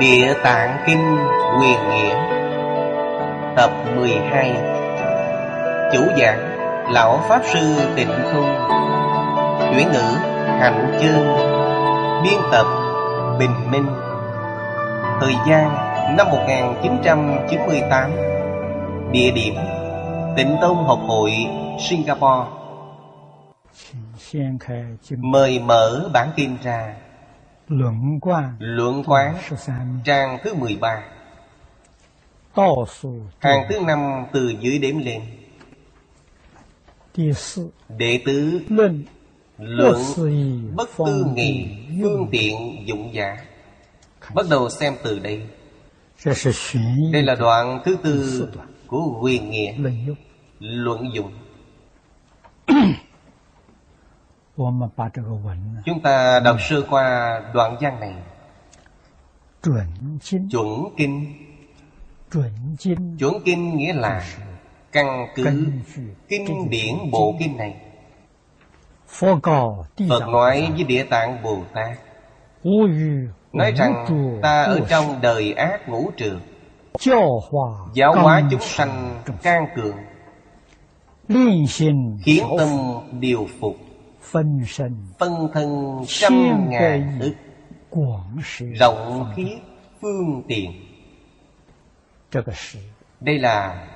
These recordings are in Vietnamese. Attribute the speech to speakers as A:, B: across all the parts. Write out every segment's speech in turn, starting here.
A: Địa Tạng Kinh Quyền Nghĩa Tập 12 Chủ giảng Lão Pháp Sư Tịnh Không Chuyển ngữ Hạnh Chương Biên tập Bình Minh Thời gian năm 1998 Địa điểm Tịnh Tông Học hội Singapore Mời mở bản kinh ra
B: Luận quán
A: Luận quán Trang thứ 13 Hàng thứ năm từ dưới đếm lên Đệ tứ
B: Luận
A: Luận Bất tư nghị Phương tiện dụng giả Bắt đầu xem từ đây Đây là đoạn thứ tư Của quyền nghĩa Luận dụng Chúng ta đọc sơ qua đoạn văn này
B: Chuẩn chính
A: Chuẩn kinh
B: Chuẩn chính
A: Chuẩn kinh nghĩa là Căn cứ kinh điển bộ kinh này
B: Phật cầu Địa
A: Phật
B: Tạng
A: nói với Địa Tạng Bồ Tát
B: Vô yu
A: Nói
B: vô
A: rằng
B: trụ
A: ta ở
B: vô
A: trong đời ác ngũ trường
B: Giáo hóa
A: Giáo hóa
B: căn
A: chúng
B: sự
A: sanh
B: trong
A: can cường
B: Liên sinh
A: Khiến
B: sáu
A: tâm điều phục
B: Phân sinh
A: Phân thân trăm
B: Siêng
A: ngàn
B: cây.
A: ức
B: Quảng sự
A: Rộng khí phương tiện
B: Cái cái sự
A: Đây là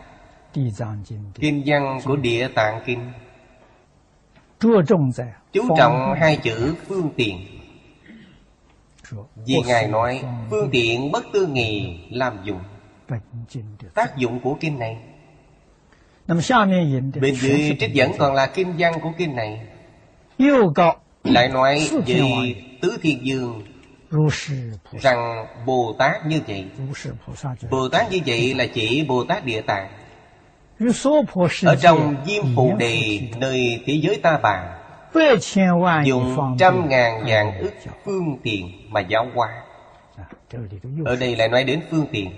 B: Địa Tạng Kinh
A: kinh
B: Điển
A: văn của Địa Tạng Kinh
B: Chúa trọng giải
A: Chú trọng hai chữ phương tiện Vì Ngài nói phương tiện bất tư nghì làm dụng Tác dụng của kinh này Bên dưới trích dẫn còn là kinh văn của kinh này Lại nói về Tứ Thiên Dương Rằng Bồ Tát như vậy Bồ Tát như vậy là chỉ Bồ Tát Địa Tạng Ở trong Diêm Phù Đề nơi thế giới ta bà Dùng trăm ngàn dạng ức phương tiện mà giáo hóa Ở đây lại nói đến phương tiện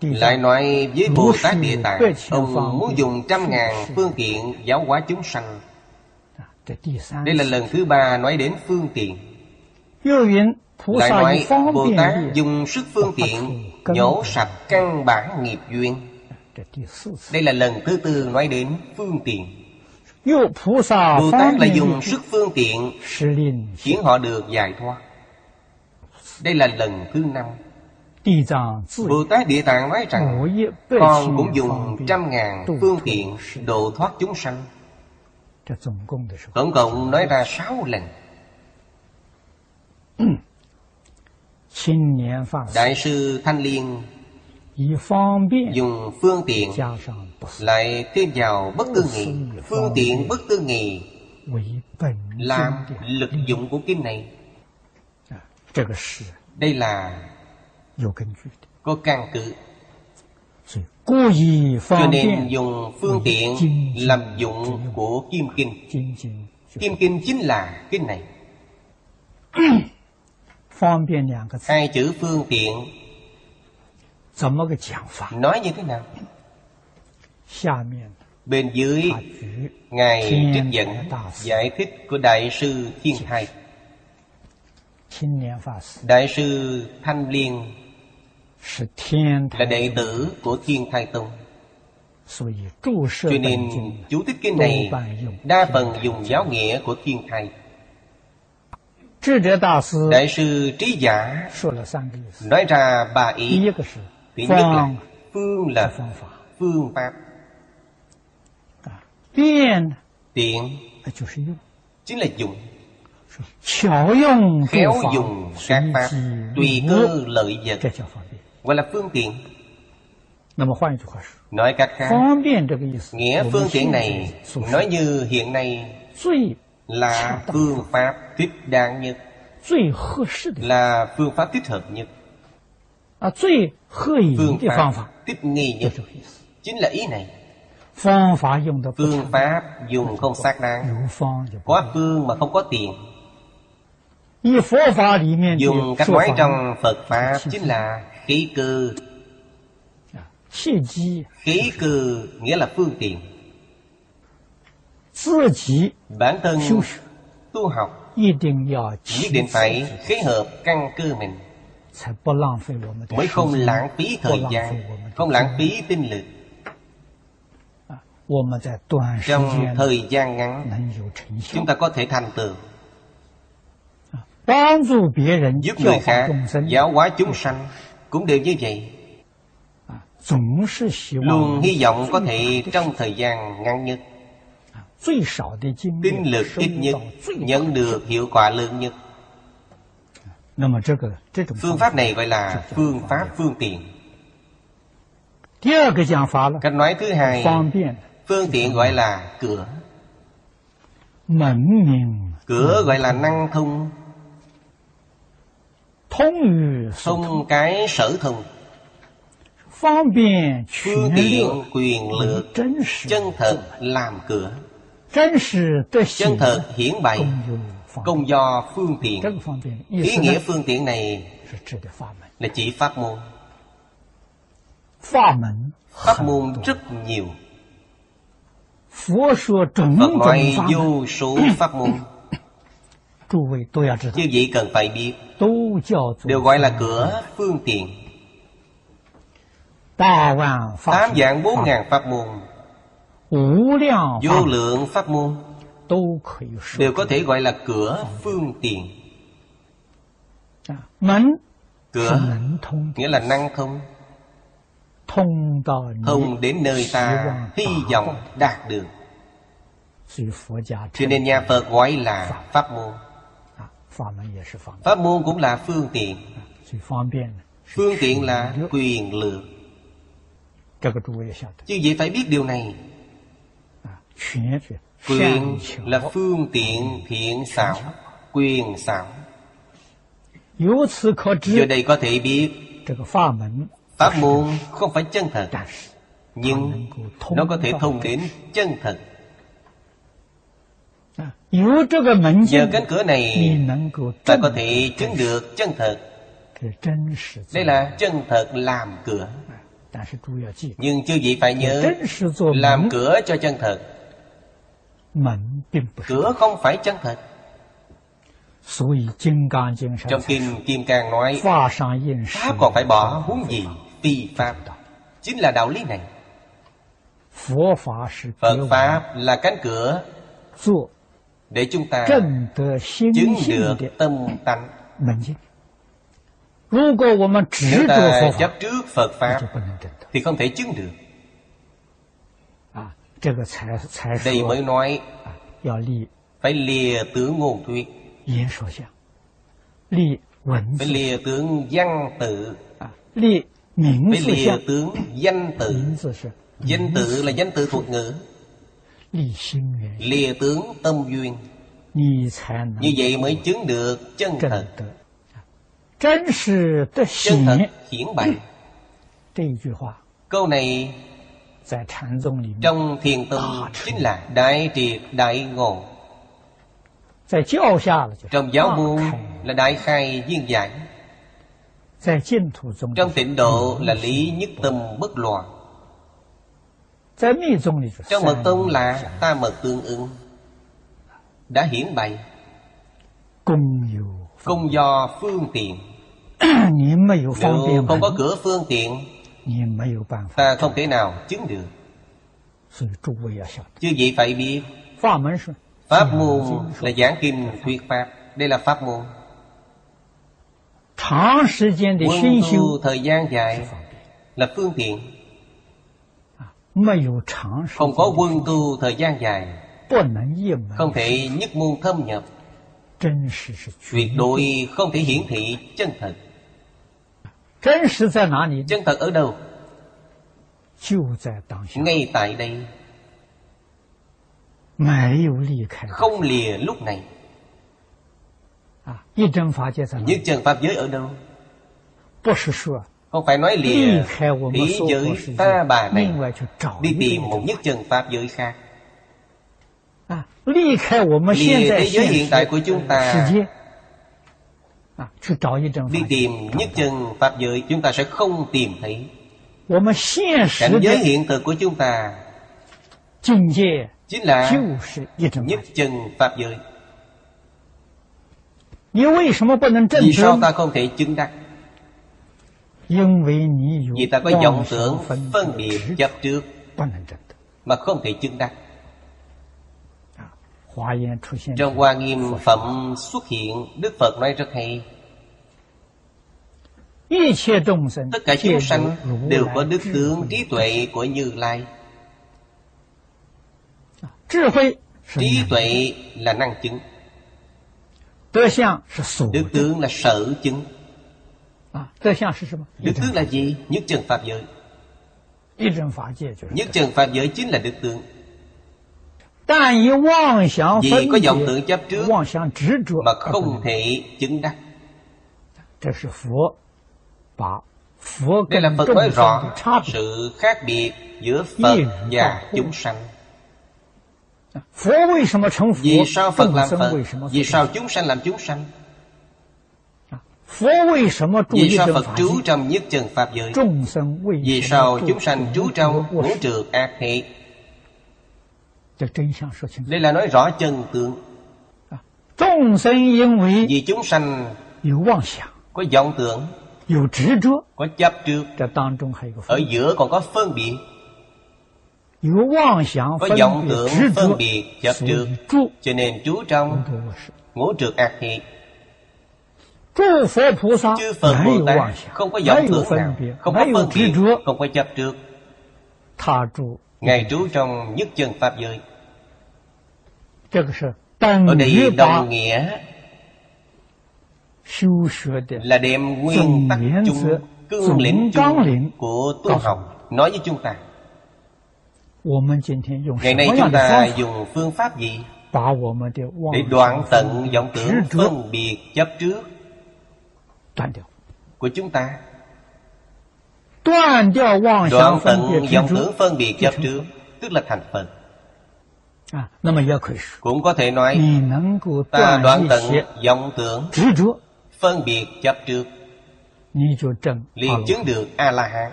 A: Lại nói với Dạ. Bồ Tát Địa Tạng Ông muốn dùng trăm ngàn phương tiện giáo hóa chúng sanh Đây là lần thứ ba nói đến phương tiện Lại nói Bồ Tát dùng sức phương tiện Nhổ sạch căn bản nghiệp duyên Đây là lần thứ tư nói đến phương tiện Bồ Tát là dùng sức phương tiện Khiến họ được giải thoát Đây là lần thứ năm Bồ Tát Địa Tạng nói rằng Con cũng dùng trăm ngàn phương tiện Độ thoát chúng sanh Tổng cộng nói ra sáu lần Đại sư Thanh Liên dùng phương tiện
B: Dạ.
A: Lại thêm vào bất tư nghị Phương tiện bất tư nghị Làm lực dụng của kinh này
B: 啊
A: Đây là có căn cứ Cho nên dùng phương tiện làm dụng của Kim Kinh Kim Kinh chính là kinh này Hai chữ phương tiện nói như thế nào? Bên dưới Ngài trích dẫn giải thích của Đại sư Thiên Thai Đại sư Thanh Liên là đệ tử của Thiên Thai Tông Cho nên chú thích kinh này Đa phần dùng giáo nghĩa của Thiên Thai Đại sư Trí Giả nói ra ba ý Thứ nhất là phương là phương pháp
B: 啊
A: tiện chính là dùng khéo dùng các pháp tùy cơ lợi vật gọi là phương tiện nói cách khác nghĩa phương tiện này nói như hiện nay là phương pháp thích đáng nhất 嗯 là phương pháp thích hợp nhất
B: 啊
A: phương pháp thích nghi nhất chính là ý này phương pháp dùng không xác đáng có phương mà không có tiền dùng các nói trong phật pháp chính là khí cơ
B: 啊
A: khí cơ nghĩa là phương tiện bản thân tu học nhất định phải khế hợp căn cơ mình mới không lãng phí thời gian không lãng phí tinh lực trong thời gian ngắn chúng ta có thể thành tựu giúp người khác giáo hóa chúng sanh cũng đều như vậy
B: 啊
A: luôn hy vọng có thể trong thời gian ngắn nhất tinh lực ít nhất nhận được hiệu quả lớn nhất phương pháp này gọi là phương pháp phương tiện cách nói thứ hai phương tiện gọi là cửa cửa gọi là năng thông thông cái sở thông
B: phương tiện
A: quyền lược chân thật làm cửa chân
B: chân
A: thật hiển bày công do phương tiện ý nghĩa phương tiện này là chỉ pháp môn pháp môn rất nhiều phật nói vô số pháp môn như vậy cần phải biết đều gọi là cửa phương tiện tám dạng bốn ngàn pháp môn vô lượng pháp môn đều có thể gọi là cửa phương tiện
B: 啊
A: cửa nghĩa là năng thông thông đến nơi ta hy vọng đạt được cho nên nhà phật gọi là pháp môn
B: 啊
A: pháp môn cũng là phương tiện phương tiện là quyền lược chứ vậy phải biết điều này
B: 啊
A: quyền là phương tiện thiện xảo quyền xảo giờ đây có thể biết pháp môn không phải chân thật nhưng nó có thể thông đến chân thật
B: 啊
A: nhờ cánh cửa này ta có thể chứng được chân thật đây là chân thật làm cửa nhưng chư vị phải nhớ làm cửa cho chân thật cửa không phải chân thật trong kinh kim cang nói pháp còn phải bỏ huống gì phi pháp chính là đạo lý này phật pháp là cánh cửa để chúng ta chứng được tâm tánh nếu ta chấp trước phật pháp thì không thể chứng được
B: 啊
A: đây mới nói phải lìa tướng ngôn thuyết phải lìa tướng văn tự
B: 啊
A: phải lìa tướng danh tự danh tự là danh tự thuật ngữ lìa tướng tâm duyên như vậy mới chứng được chân thật
B: 啊 chân thật
A: chân thật hiển bày câu này trong thiền tông chính là đại triệt đại ngộ trong
B: Ờ,
A: giáo môn là đại khai viên giải trong tịnh độ là lý nhất tâm bất loạn trong mật tông là ta mật tương ưng đã hiển bày công do phương tiện nếu không có cửa phương tiện ta không thể nào chứng được chứ vậy phải biết
B: Dạ,
A: pháp môn là giảng kim thuyết pháp đây là pháp môn quân tu thời gian dài là phương tiện không có quân tu thời gian dài không thể nhất môn thâm nhập tuyệt đối không thể hiển thị chân thật chân thật ở đâu ngay tại đây không lìa lúc này
B: 啊
A: những chân pháp giới ở đâu không phải nói lìa thế giới ta bà này đi tìm một nhất chân pháp giới khác
B: 啊 lìa thế
A: giới hiện tại của chúng ta
B: 啊
A: đi tìm nhất chân pháp giới chúng ta sẽ không tìm thấy cảnh giới hiện thực của chúng ta chính là nhất chân pháp giới
B: vì
A: sao ta không thể chứng đắc
B: vì
A: ta có vọng tưởng phân biệt chấp trước mà không thể chứng đắc trong hoa nghiêm phẩm xuất hiện đức phật nói rất hay tất cả chúng sanh đều có đức tướng trí tuệ của như lai trí tuệ là năng chứng đức tướng là sở chứng
B: 啊
A: đức tướng là gì nhất chân pháp giới nhất chân pháp giới chính là đức tướng
B: vì
A: có vọng tưởng chấp trước mà không thể chứng đắc đây là Phật nói rõ sự khác biệt giữa Phật và chúng sanh.
B: 啊
A: Vì sao Phật làm Phật? Vì sao chúng sanh làm chúng sanh?
B: 啊
A: Vì sao Phật trú trong nhất chân Pháp giới? Vì sao chúng sanh trú trong ngũ trượt ác thị? Đây là nói rõ chân tướng. Vì chúng sanh có vọng tưởng có chấp trước ở giữa còn có phân biệt có vọng tưởng phân biệt chấp trước cho nên chú trong ngũ trượt ác thị
B: chư phật bồ
A: tát không có vọng tưởng nào không có phân biệt không có chấp trước ngài trú trong nhất chân pháp giới ở đây đồng nghĩa là đem nguyên tắc chung cương lĩnh chung của tu học nói với chúng ta ngày nay chúng ta dùng phương pháp gì để đoạn tận vọng tưởng phân biệt chấp trước của chúng ta
B: đoạn
A: tận vọng tưởng phân biệt chấp trước tức là thành phần
B: 啊
A: cũng có thể nói ta đoạn tận vọng tưởng phân biệt chấp trước liền chứng được a la hán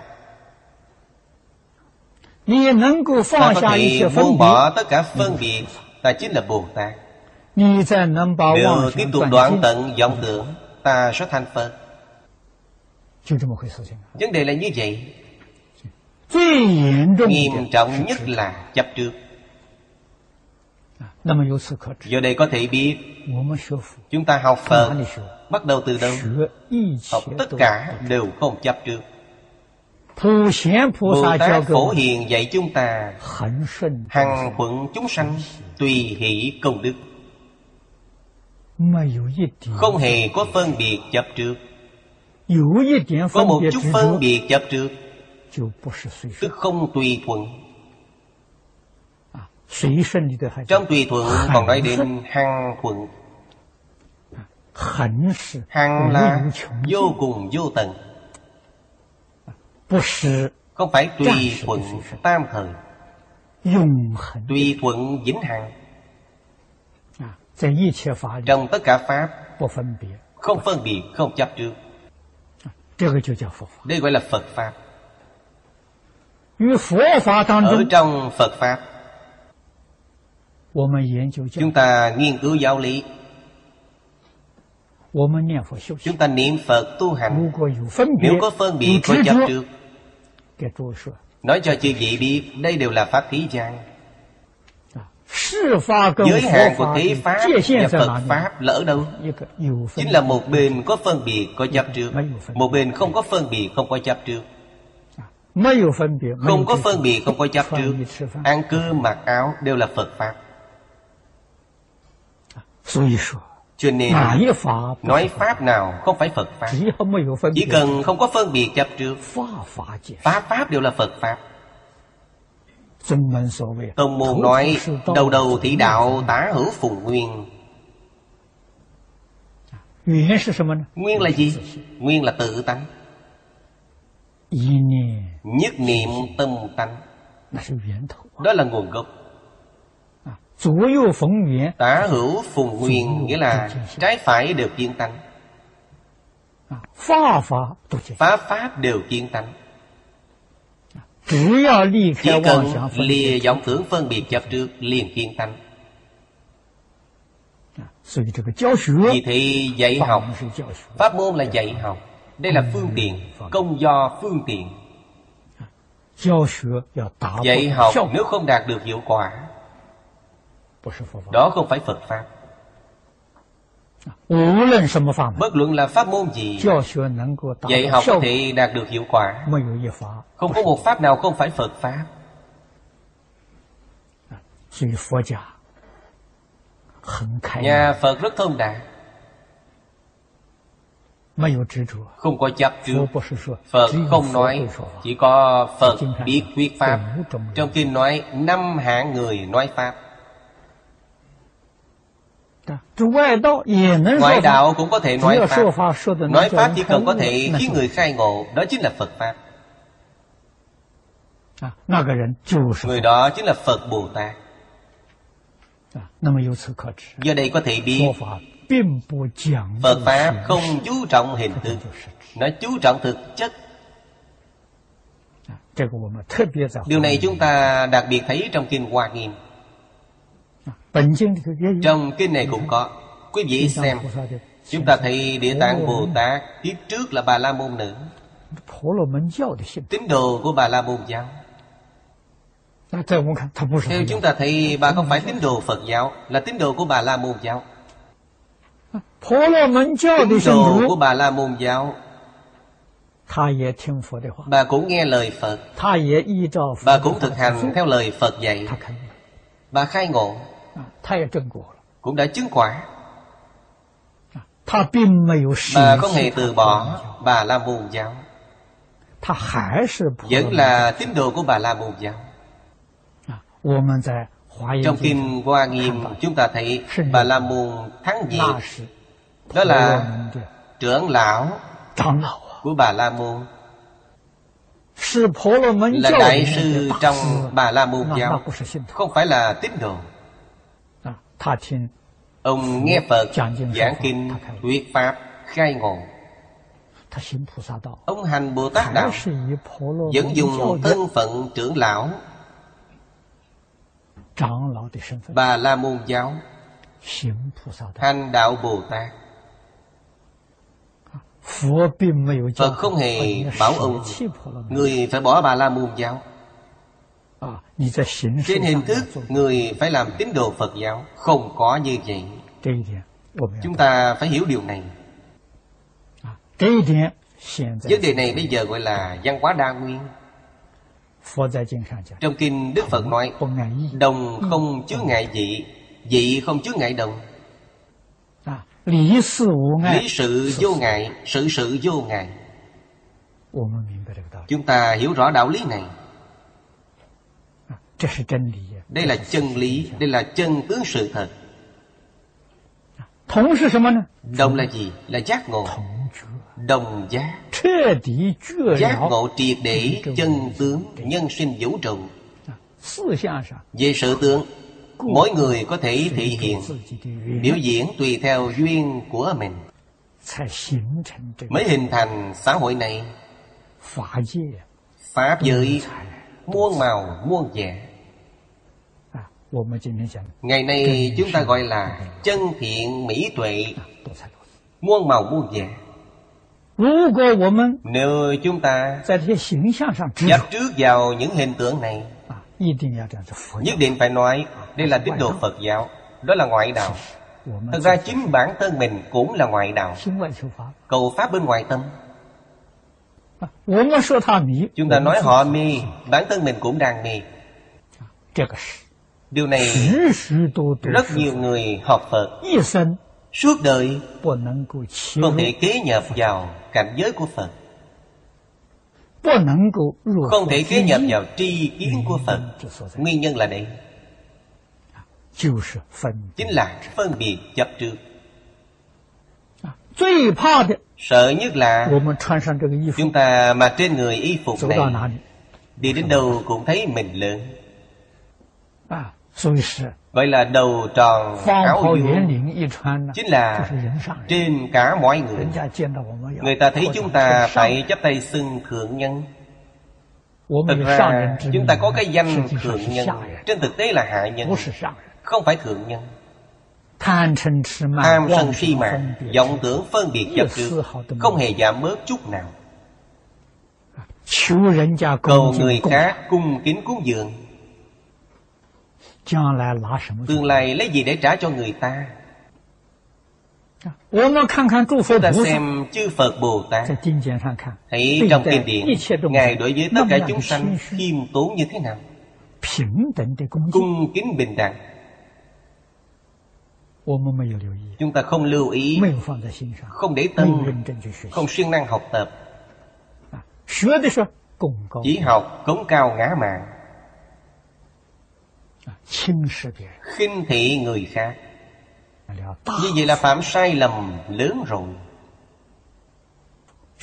A: ta có thể buông bỏ tất cả phân biệt ta chính là bồ tát nếu tiếp tục đoạn tận vọng tưởng ta sẽ thành phật
B: 啊
A: vấn đề là như vậy nghiêm trọng nhất là chấp trước
B: 啊
A: do đây có thể biết Chúng ta học Phật Bắt đầu từ đâu Học tất cả đều không chấp trước Bồ Tát Phổ Hiền dạy chúng ta Hằng thuận chúng sanh Tùy hỷ công đức Không hề có phân biệt chấp trước Có một chút phân biệt chấp trước Tức không tùy thuận
B: 啊
A: trong tùy thuận còn nói đến hăng thuận Hăng là vô cùng vô tận Không phải tùy thuận tam thời Tùy thuận vĩnh hằng
B: 啊
A: Trong tất cả Pháp Không phân biệt, không chấp trước Đây gọi là Phật Pháp Ở trong Phật Pháp chúng ta nghiên cứu giáo lý chúng ta niệm phật tu hành nếu có phân biệt có chấp trước nói cho chư vị biết đây đều là pháp thế gian
B: 啊
A: giới hạn của thế pháp và phật pháp là ở đâu chính là một bên có phân biệt có chấp trước một bên không có phân biệt không có chấp trước không có phân biệt không có chấp trước ăn cơm mặc áo đều là phật pháp cho nên nói pháp nào không phải phật pháp chỉ cần không có phân biệt chấp trước pháp pháp đều là phật pháp tông môn nói đầu đầu thị đạo tả hữu phùng nguyên nguyên là gì nguyên là tự tánh nhất niệm tâm tánh đó là nguồn gốc
B: 啊
A: Tả hữu phùng nguyên nghĩa là trái phải đều kiên tánh.
B: 啊
A: Pháp pháp đều kiên tánh. Chỉ cần lìa vọng tưởng phân biệt chấp trước liền kiên tánh. Vì thì dạy học Pháp môn là dạy học Đây là phương tiện Công do phương tiện Dạy học nếu không đạt được hiệu quả Đó không phải Phật Pháp Bất luận là pháp môn gì Dạy học có thể đạt được hiệu quả Không có một pháp nào không phải Phật Pháp Nhà Phật rất thông đạt Không có chấp trước Phật không nói Chỉ có Phật biết thuyết Pháp Trong kinh nói Năm hạng người nói Pháp Ngoại đạo cũng có thể nói Pháp Nói Pháp chỉ cần có thể khiến người khai ngộ Đó chính là Phật Pháp
B: 啊
A: Người đó chính là Phật Bồ Tát
B: 啊
A: Do đây có thể biết Phật Pháp không chú trọng hình thức Nó chú trọng thực chất
B: 啊
A: Điều này chúng ta đặc biệt thấy trong Kinh Hoa Nghiêm
B: 啊
A: Trong Kinh này cũng có Quý vị xem Chúng ta thấy Địa Tạng Bồ Tát Kiếp trước là Bà La Môn Nữ Tín đồ của Bà La Môn Giáo theo chúng ta thấy bà không phải tín đồ Phật giáo Là tín đồ của bà La Môn giáo Tín đồ của bà La Môn giáo Bà cũng nghe lời Phật Bà cũng thực hành theo lời Phật dạy Bà khai ngộ
B: 啊
A: Cũng đã chứng quả
B: Ừ.
A: Bà có hề từ bỏ bà La Môn giáo Vẫn là tín đồ của bà La Môn giáo
B: 啊
A: trong Kinh Hoa Nghiêm chúng ta thấy Bà La Môn thắng diệt Đó là trưởng lão
B: 啊
A: của Bà La Môn Là đại sư trong Bà La Môn giáo Không phải là tín đồ
B: 啊
A: Ông nghe Phật giảng kinh thuyết Pháp khai ngộ Ông hành Bồ Tát Đạo Vẫn dùng thân phận trưởng lão Bà La Môn Giáo Hành Đạo Bồ Tát Phật không hề bảo ông Người phải bỏ Bà La Môn Giáo
B: 啊
A: Trên hình thức Người phải làm tín đồ Phật giáo Không có như vậy Chúng ta phải hiểu điều này
B: 啊
A: Vấn đề này bây giờ gọi là văn hóa đa nguyên trong kinh Đức Phật nói Đồng không chứa ngại dị Dị không chứa ngại đồng
B: 啊 Lý sự
A: vô ngại Sự sự vô ngại Chúng ta hiểu rõ đạo lý này
B: 啊
A: Đây là chân lý Đây là chân tướng sự thật Đồng là gì? Là giác ngộ đồng giác giác ngộ triệt để chân tướng nhân sinh vũ trụ về sự tướng mỗi người có thể thể hiện biểu diễn tùy theo duyên của mình mới hình thành xã hội này
B: Ừ.
A: pháp giới muôn màu muôn vẻ
B: 啊
A: ngày nay chúng ta gọi là chân thiện mỹ tuệ muôn màu muôn vẻ nếu chúng ta
B: Ừ.
A: dắt trước vào những hình tượng này
B: 啊
A: Nhất định phải nói Đây là tín đồ Phật giáo Đó là ngoại đạo Thật ra chính bản thân mình cũng là ngoại đạo Cầu Pháp bên ngoài tâm
B: 啊
A: Chúng ta nói họ mê Bản thân mình cũng đang mê Điều này Rất nhiều người học Phật Suốt đời Không thể kế nhập vào cảnh giới của Phật Không thể kế nhập vào tri kiến của Phật Nguyên nhân là đây Chính là phân biệt chấp trước Sợ nhất là Chúng ta mà trên người y phục này Đi đến đâu cũng thấy mình lớn
B: 啊
A: Vậy là đầu tròn áo vũ Chính là trên cả mọi người Người ta thấy chúng ta phải chấp tay xưng thượng nhân Thực ra chúng ta
B: 啊
A: có cái danh thượng nhân Trên thực tế là hạ nhân Không phải thượng nhân
B: tham sân
A: si mạng vọng tưởng phân biệt chấp trước không hề giảm bớt chút nào cầu người khác cung kính cúng dường tương lai lấy gì để trả cho người ta
B: 啊 chúng
A: ta xem chư Phật Bồ Tát Hãy trong kinh điển Ngài đối với tất cả chúng sanh khiêm tốn như thế nào Cung kính bình đẳng Chúng ta không lưu ý Không để tâm Không siêng năng học tập
B: 啊
A: Chỉ học cống cao ngã mạng
B: 啊
A: khinh thị người khác như vậy là phạm sai lầm lớn rồi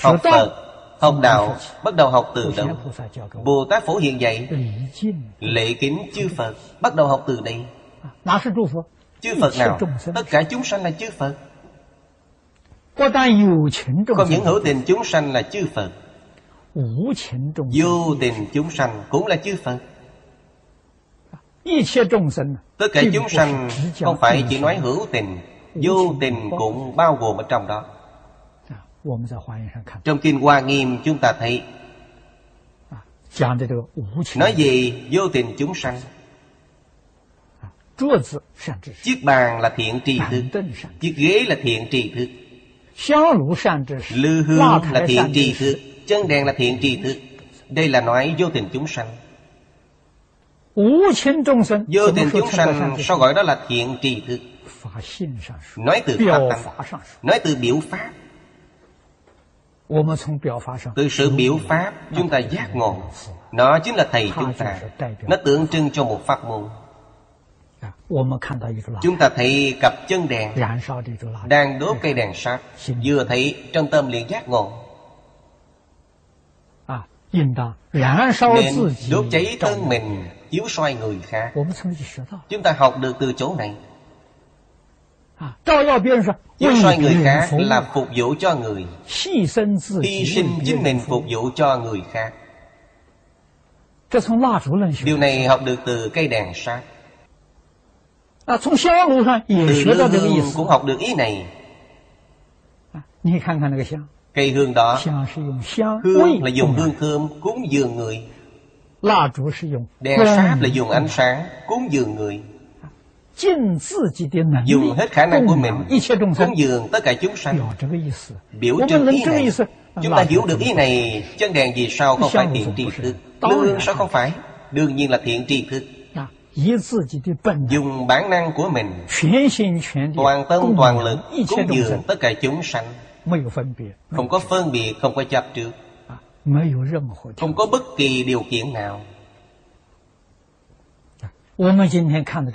A: Học Phật Học đạo Bắt đầu học từ đâu Bồ Tát Phổ hiện dạy Lệ kính chư Phật Bắt đầu học từ đây
B: 啊
A: Chư Phật nào Tất cả chúng sanh là chư Phật Không những hữu tình chúng sanh là chư Phật Vô tình chúng sanh cũng là chư Phật Tất cả chúng sanh không phải chỉ nói hữu tình Vô tình cũng bao gồm ở trong đó
B: 啊
A: Trong Kinh Hoa Nghiêm chúng ta thấy
B: 啊
A: Nói về vô tình chúng sanh Chiếc bàn là thiện tri thức Chiếc ghế là thiện tri thức Lư hương là thiện tri thức Chân đèn là thiện tri thức Đây là nói vô tình chúng sanh Vô tình chúng sanh sao gọi đó là thiện trì thực Nói từ pháp tăng Nói từ biểu pháp Từ sự biểu pháp chúng ta giác ngộ Nó chính là thầy chúng ta Nó tượng trưng cho một pháp môn
B: 啊
A: Chúng ta thấy cặp chân đèn Đang đốt cây đèn sáp Vừa thấy trong tâm liền giác ngộ
B: nên
A: đốt cháy thân mình chiếu soi người khác chúng ta học được từ chỗ này
B: 啊
A: chiếu soi người khác là phục vụ cho người hy sinh chính mình phục vụ cho người khác điều này học được từ cây đèn sát
B: từ hương
A: cũng học được ý này
B: 啊
A: cây hương đó hương là dùng hương thơm cúng dường người đèn sáp là dùng ánh sáng cúng dường người dùng hết khả năng của mình cúng dường tất cả chúng sanh biểu trưng ý này chúng ta hiểu được ý này chân đèn vì sao không phải thiện tri thức lương sao không phải đương nhiên là thiện tri thức
B: 啊
A: dùng bản năng của mình toàn tâm toàn lực cúng dường tất cả chúng sanh không có phân biệt không có chấp trước
B: 啊
A: không có bất kỳ điều kiện nào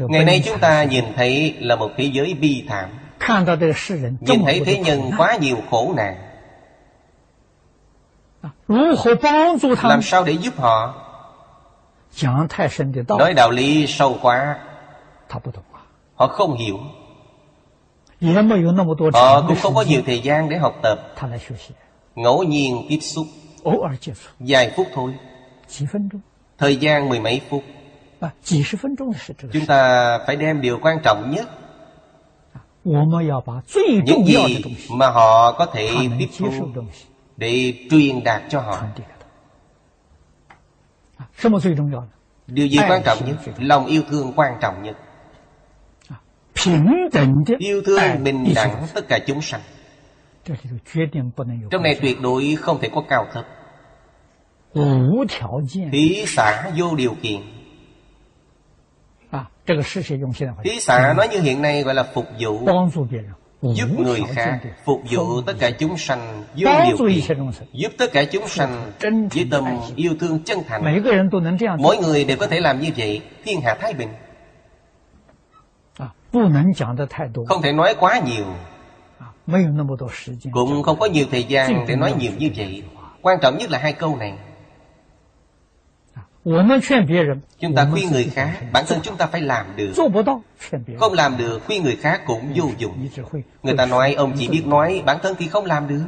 A: ngày nay chúng ta nhìn thấy là một thế giới bi thảm nhìn thấy thế nhân quá nhiều khổ nạn
B: 啊
A: làm sao để giúp họ nói đạo lý sâu quá
B: 啊
A: họ không hiểu họ cũng không có nhiều thời gian để học tập ngẫu nhiên tiếp xúc vài phút thôi thời gian mười mấy phút
B: 啊
A: chúng ta phải đem điều quan trọng nhất những gì mà họ có thể tiếp thu để truyền đạt cho họ
B: 啊
A: điều gì quan trọng nhất lòng yêu thương quan trọng nhất À, yêu thương bình đẳng tất cả chúng sanh trong này tuyệt đối không thể có cao thấp Thí xã vô điều kiện
B: 啊
A: Thí xã nói như hiện nay gọi là phục vụ Giúp Ừ. người khác Phục vụ tất cả chúng sanh vô điều kiện Giúp tất cả chúng sanh Với tâm yêu thương chân thành Mỗi người đều có thể làm như vậy Thiên hạ Thái Bình
B: 啊
A: Không thể nói quá nhiều
B: 啊
A: cũng không có nhiều thời gian để nói nhiều như vậy Quan trọng nhất là hai câu này
B: 啊
A: Chúng ta khuyên người khác Bản thân chúng ta phải làm được Không làm được khuyên người khác cũng vô dụng Người ta nói ông chỉ biết nói Bản thân thì không làm được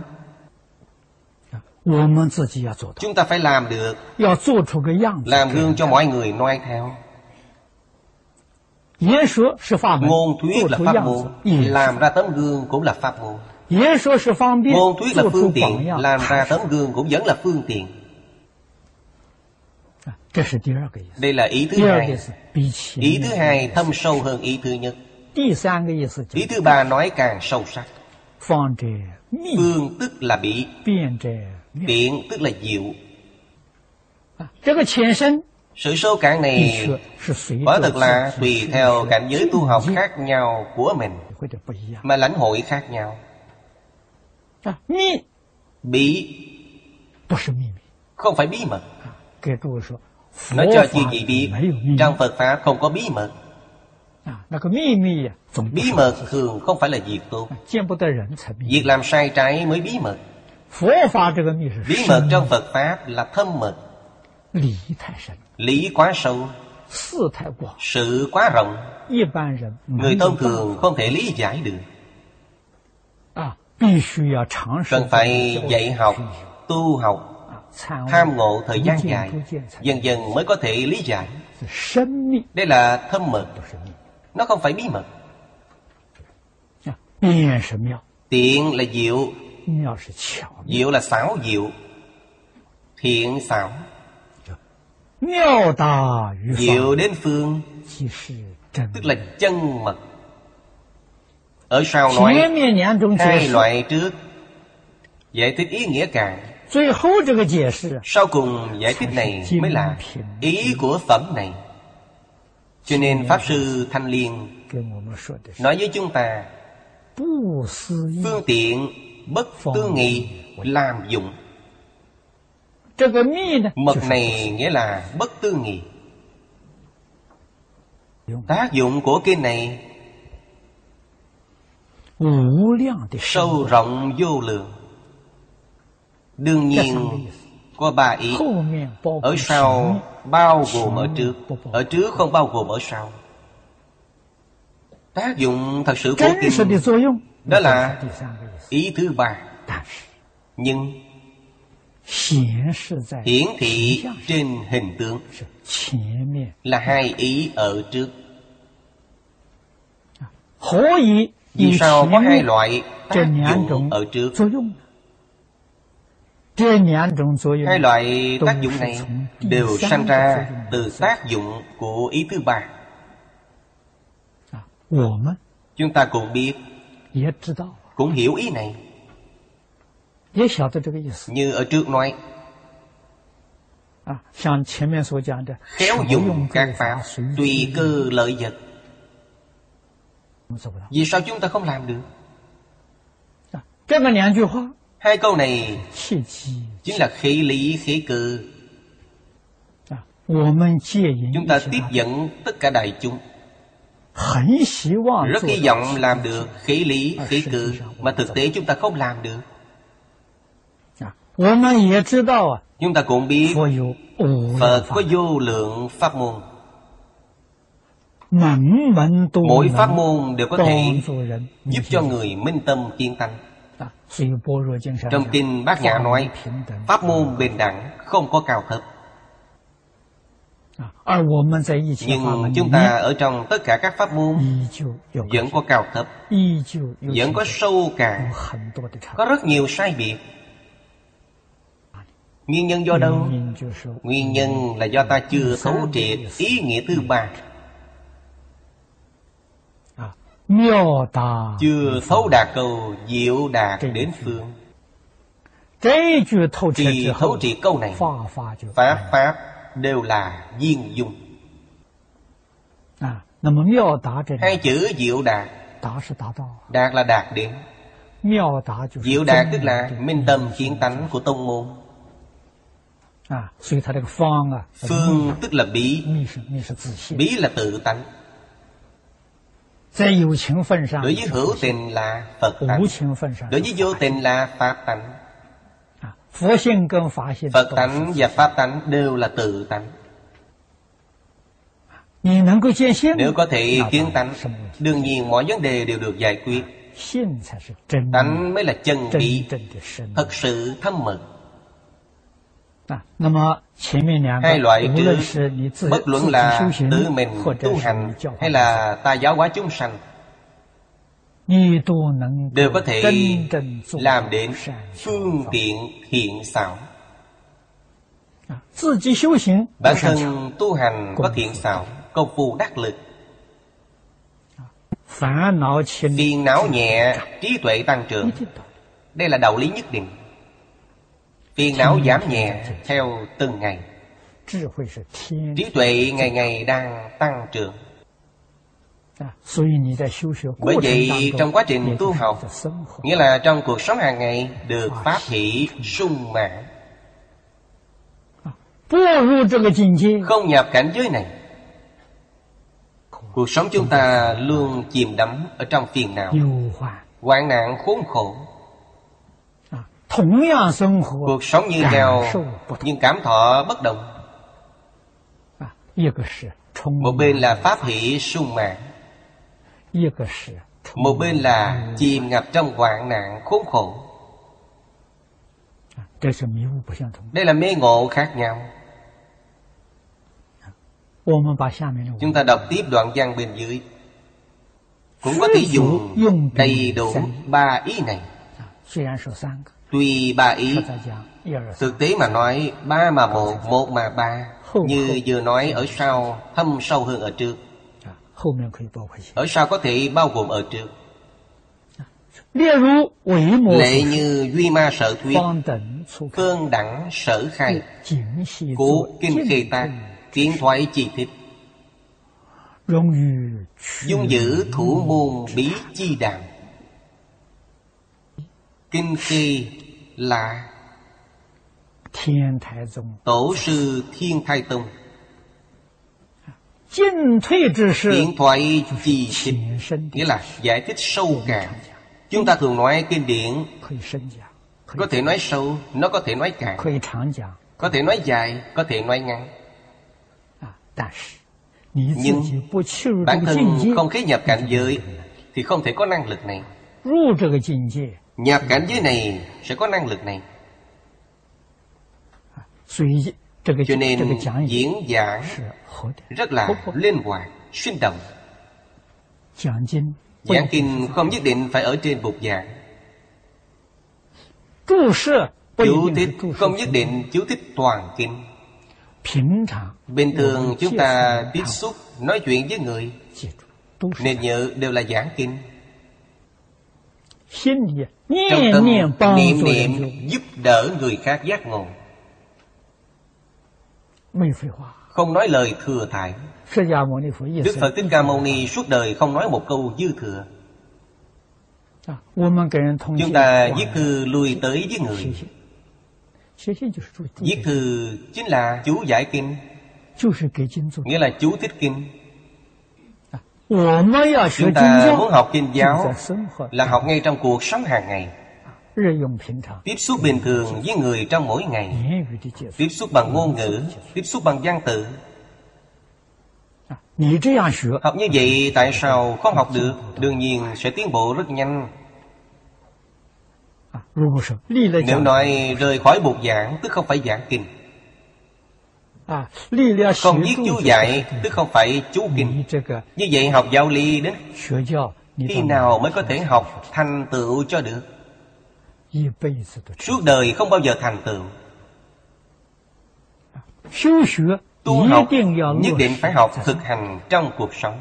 A: Chúng ta phải làm được Làm gương cho mọi người noi theo Ngôn thuyết là pháp môn
B: Ừ. 嗯
A: Làm ra tấm gương cũng là pháp môn Ngôn thuyết là phương tiện Làm ra tấm gương cũng vẫn là phương tiện
B: 啊
A: Đây là ý thứ hai Ý thứ hai thâm sâu hơn ý thứ nhất Ý thứ ba nói càng sâu sắc
B: Ừ.
A: Phương tức là bị Biện tức là diệu
B: 啊
A: sự sâu cạn
B: Ừ,
A: này quả thực là tùy theo cảnh giới tu học khác nhau của mình mà lãnh hội khác nhau.
B: 啊
A: Bí không phải bí mật. Nói cho chị vị biết, trong Phật Pháp không có bí mật.
B: 啊
A: Bí mật thường không phải là việc tốt. Việc làm sai trái mới bí mật. Bí mật trong Phật Pháp là thâm mật. Lý quá sâu Sự quá rộng Người thông thường không thể lý giải được
B: 啊
A: Cần phải dạy học, tu học
B: 啊
A: Tham ngộ thời gian dài Dần dần mới có thể lý giải Đây là thâm mật Nó không phải bí mật Tiện là diệu Diệu là xảo diệu Thiện xảo Diệu đến phương Tức là chân mật Ở sau nói Hai loại trước Giải thích ý nghĩa càng Sau cùng giải thích này mới là Ý của phẩm này Cho nên Pháp Sư Thanh Liên Nói với chúng ta Phương tiện bất tư nghị làm dụng Mật này nghĩa là bất tư nghị Tác dụng của cái này Sâu rộng vô lượng Đương nhiên có ba ý Ở sau bao gồm ở trước Ở trước không bao gồm ở sau Tác dụng thật sự của kinh Đó là ý thứ ba Nhưng hiển thị trên hình tướng là hai ý ở trước vì sao có hai loại tác dụng ở trước hai loại tác dụng này đều sanh ra từ tác dụng của ý thứ ba
B: 啊
A: chúng ta cũng biết cũng hiểu ý này như ở trước nói
B: 啊
A: Khéo dùng các pháp Tùy cơ lợi vật Vì sao chúng ta không làm được
B: 啊
A: Hai câu này Chính là khí lý khí cơ
B: 啊
A: Chúng ta tiếp dẫn tất cả đại chúng Rất hy vọng làm được khí lý khí cơ Mà thực tế chúng ta không làm được
B: 啊
A: Chúng ta cũng biết Phật có vô lượng pháp môn Mỗi pháp môn đều có thể giúp cho người minh tâm kiên tánh
B: 啊
A: Trong kinh Bát Nhã nói Pháp môn bình đẳng không có cao thấp
B: 啊
A: Nhưng chúng ta ở trong tất cả các pháp môn Vẫn có cao thấp Vẫn có sâu cạn Có rất nhiều sai biệt Nguyên nhân do đâu? Nguyên nhân là do ta chưa thấu triệt ý nghĩa thứ ba
B: 啊
A: Chưa thấu đạt câu diệu đạt đến phương Chỉ thấu triệt câu này Pháp Pháp đều là viên dung
B: 啊
A: Hai chữ diệu đạt
B: 啊
A: Đạt là đạt đến Diệu đạt tức
B: 啊
A: là minh tâm kiến tánh của tông môn
B: 啊
A: Phương tức là bí Bí là tự tánh Đối với hữu tình là Phật tánh Đối với vô tình là Pháp tánh
B: 啊
A: Phật tánh và Pháp tánh đều là tự tánh Nếu có thể kiến tánh Đương nhiên mọi vấn đề đều được giải quyết Tánh mới là chân lý Thật sự thâm mật
B: 啊
A: hai loại trước bất luận là tự mình tu hành hay là ta giáo hóa chúng sanh đều có thể làm đến phương tiện hiện xảo
B: 啊
A: bản thân tu hành có thiện xảo công phu đắc lực phiền não nhẹ trí tuệ tăng trưởng đây là đạo lý nhất định phiền não giảm nhẹ theo từng ngày trí tuệ ngày ngày đang tăng trưởng
B: 啊
A: bởi vậy trong quá trình tu học nghĩa là trong cuộc sống hàng ngày được pháp hỷ sung mãn không nhập cảnh giới này cuộc sống chúng ta luôn chìm đắm ở trong phiền não hoạn nạn khốn khổ
B: 啊
A: cuộc sống như nhau nhưng cảm thọ bất đồng
B: 啊
A: một bên là pháp hỷ sung mãn một bên là chìm ngập trong hoạn nạn khốn khổ
B: 啊
A: đây là mê ngộ khác nhau chúng ta đọc tiếp đoạn văn bên dưới cũng có thể dùng đầy đủ ba ý này
B: 啊
A: tuy ba ý thực tế mà nói ba mà một một mà ba như vừa nói ở sau thâm sâu hơn ở trước
B: 啊
A: ở sau có thể bao gồm ở trước lệ như duy ma sở thuyết phương đẳng sở khai của kinh khê ta tiến thoái chi thích
B: Ừ.
A: dung giữ thủ môn bí chi đàm kinh khê là tổ sư thiên thái tông
B: Ừ.
A: tiến thoái chi thích nghĩa là giải thích sâu càng chúng ta thường nói kinh điển có thể nói sâu nó có thể nói càng có thể nói dài có thể nói ngắn nhưng bản thân không khí nhập cảnh giới thì không thể có năng lực này nhập cảnh giới này sẽ có năng lực này cho nên diễn giảng rất là linh hoạt sinh động giảng kinh không nhất định phải ở trên bục giảng chú thích không nhất định chú thích toàn kinh bình thường chúng ta tiếp xúc nói chuyện với người nên nhớ đều là giảng kinh trong tâm niệm niệm giúp đỡ người khác giác ngộ không nói lời thừa thải
B: Dạ,
A: đức phật thích ca mâu ni suốt đời không nói một câu dư thừa
B: 啊
A: chúng
B: Dạ,
A: ta viết thư lui tới với người viết thư chính là chú giải kinh nghĩa là chú thích kinh chúng ta muốn học kinh
B: Dạ,
A: giáo là học ngay trong cuộc sống hàng ngày tiếp xúc bình thường với người trong mỗi ngày tiếp xúc bằng ngôn ngữ tiếp xúc bằng văn tự
B: 啊
A: học như vậy tại sao không học được đương nhiên sẽ tiến bộ rất nhanh
B: 啊 Dạ,
A: nếu nói rời khỏi bục giảng tức không phải giảng kinh
B: 啊 Dạ,
A: Không viết chú dạy tức không phải chú kinh Như vậy học giáo lý đến Khi nào mới có thể học thành tựu cho được Suốt đời không bao giờ thành tựu Tu học nhất định phải học thực hành trong cuộc sống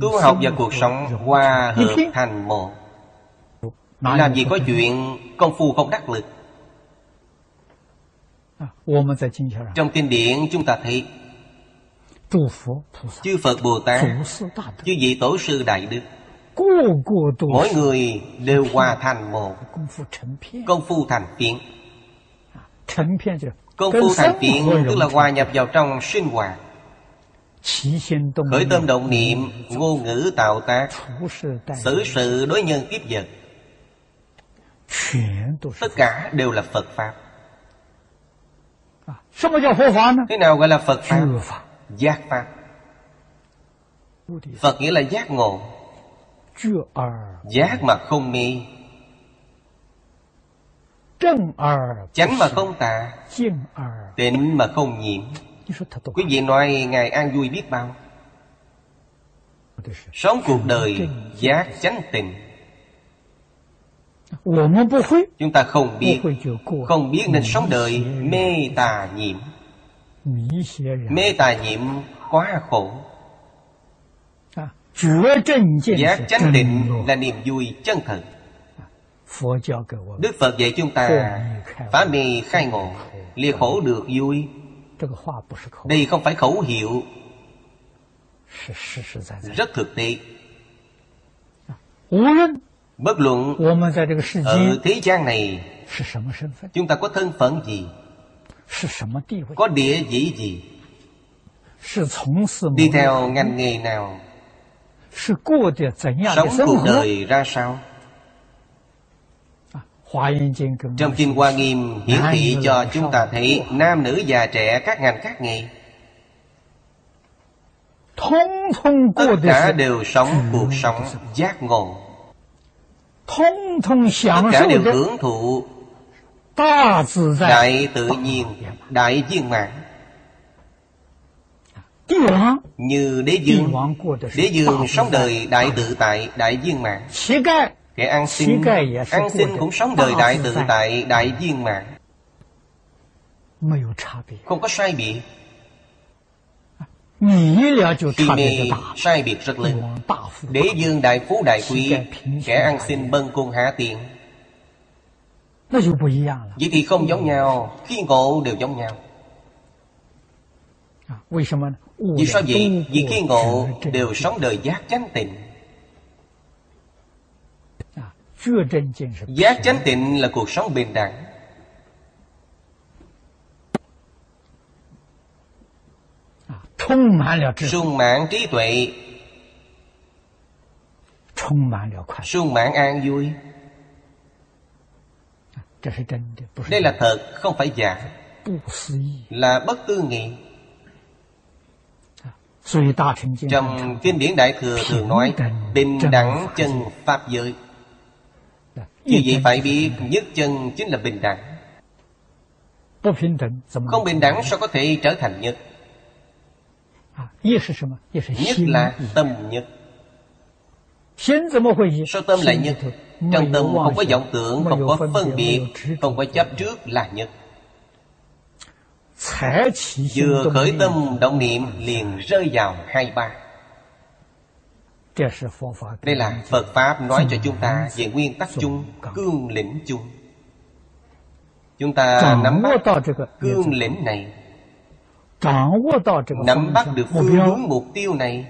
A: Tu học và cuộc sống hòa hợp thành một
B: 啊
A: làm gì có chuyện công phu không đắc lực
B: 啊
A: Trong kinh điển chúng ta thấy Chư Phật Bồ Tát Chư vị Tổ sư Đại Đức Mỗi người đều hòa thành một Công phu thành phiến Công phu thành phiến tức là hòa nhập vào trong sinh hoạt Khởi tâm động niệm, ngôn ngữ tạo tác Xử sự đối nhân tiếp vật Tất cả đều là Phật Pháp
B: 啊
A: Thế nào gọi là Phật Pháp? Giác Pháp Phật nghĩa là giác ngộ Giác mà không mê Chánh mà không tà Tịnh mà không nhiễm Quý vị nói Ngài an vui biết bao Sống cuộc đời giác chánh tình Chúng ta không biết Không biết nên sống đời mê tà nhiễm Mê tà nhiễm quá khổ
B: 啊
A: Giác chánh định là niềm vui chân thật Đức Phật dạy chúng ta Phá mê khai ngộ Lìa khổ được vui Đây không phải khẩu hiệu Rất thực tế Bất luận Ở Ừ, thế gian này Chúng ta có thân phận gì Có địa vị gì Đi theo ngành nghề nào Sống cuộc đời ra sao trong Kinh Hoa Nghiêm hiển thị cho chúng ta thấy nam nữ già trẻ các ngành các nghề. Tất cả đều sống cuộc sống giác ngộ. Tất cả đều hưởng thụ đại tự nhiên, đại viên mãn. Như đế dương, đế dương sống đời đại tự tại, đại viên mãn kẻ ăn xin ăn xin cũng sống đời đại tự tại đại viên mãn không có sai biệt khi mê sai biệt rất lớn đế dương đại phú đại quý kẻ ăn xin bân cung hạ tiện vậy thì không giống nhau khi ngộ đều giống nhau
B: 啊
A: vì sao vậy vì khi ngộ đều sống đời giác chánh tịnh
B: 啊
A: Giác chánh tịnh là cuộc sống bình đẳng Sung mãn trí tuệ Sung mãn an vui Đây là thật, không phải giả Là bất tư nghị Trong kinh điển Đại Thừa thường nói Bình đẳng chân Pháp giới như vậy phải biết nhất chân chính là bình đẳng Không bình đẳng sao có thể trở thành nhất
B: 啊
A: Nhất là tâm nhất Sao tâm là nhất Trong tâm không có vọng tưởng Không có phân biệt Không có chấp trước là nhất Vừa khởi tâm động niệm liền rơi vào hai ba đây là Phật Pháp nói cho chúng ta về nguyên tắc chung, cương lĩnh chung. Chúng ta nắm bắt cương lĩnh này, nắm bắt được phương hướng mục tiêu này,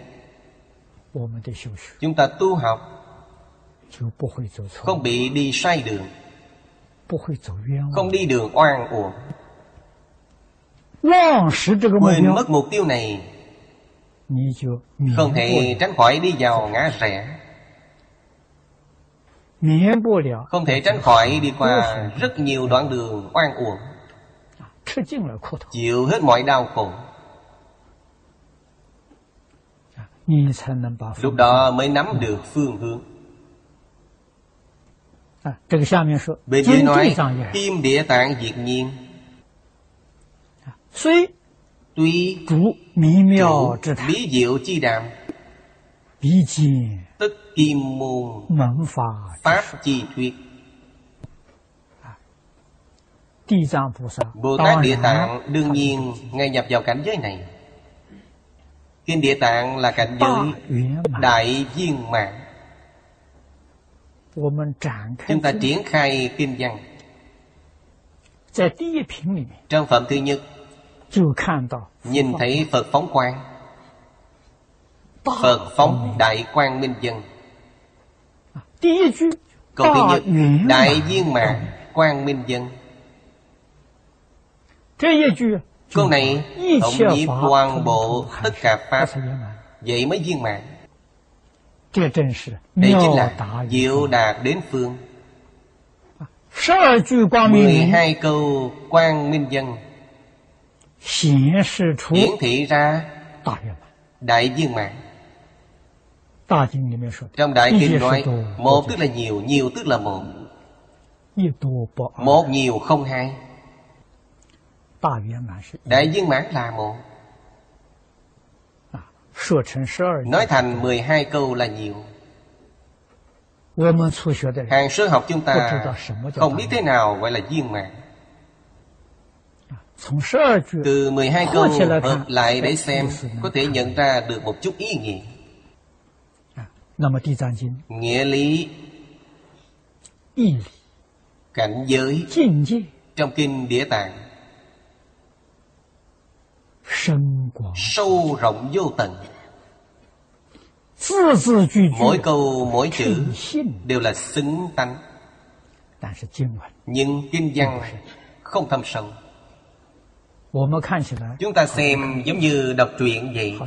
A: chúng ta tu học không bị đi sai đường, không đi đường oan uổng. Quên mất mục tiêu này không thể tránh khỏi đi vào ngã rẽ không thể tránh khỏi đi qua rất nhiều đoạn đường oan uổng chịu hết mọi đau khổ
B: 啊
A: lúc đó mới nắm được phương hướng
B: 啊
A: bên dưới nói kim địa tạng diệt nhiên tuy
B: chủ mỹ miêu chi
A: bí diệu chi đạm
B: bí kim
A: tức kim môn
B: mẫn pháp
A: pháp chi thuyết
B: Địa Tạng Bồ Tát
A: Bồ Tát Địa Tạng đương nhiên ngài nhập vào cảnh giới này Kinh Địa Tạng là cảnh giới Đại Viên Mạng Chúng ta triển khai kinh văn Trong phẩm thứ nhất nhìn thấy phật phóng quang phật phóng đại quang minh dân câu thứ nhất
B: Ừ.
A: đại viên mạng quang minh dân câu này tổng nhiễm toàn bộ tất cả pháp vậy mới viên mạng
B: đây
A: chính là diệu đạt đến phương mười hai câu quang minh dân
B: hiển
A: thị ra đại viên mạng trong đại kinh nói một tức là nhiều nhiều tức là một
B: 啊
A: Một nhiều không hai Đại viên mãn là một
B: 啊
A: Nói thành 12 câu là nhiều Hàng sơ học chúng ta không biết thế nào gọi là viên mãn Từ 12 câu hợp lại để xem Có thể nhận ra được một chút ý nghĩa Nghĩa lý Cảnh giới Trong kinh Địa Tạng Sâu rộng vô tận Mỗi câu mỗi chữ Đều là xứng tánh Nhưng kinh văn không thâm sâu Chúng ta xem giống như đọc truyện vậy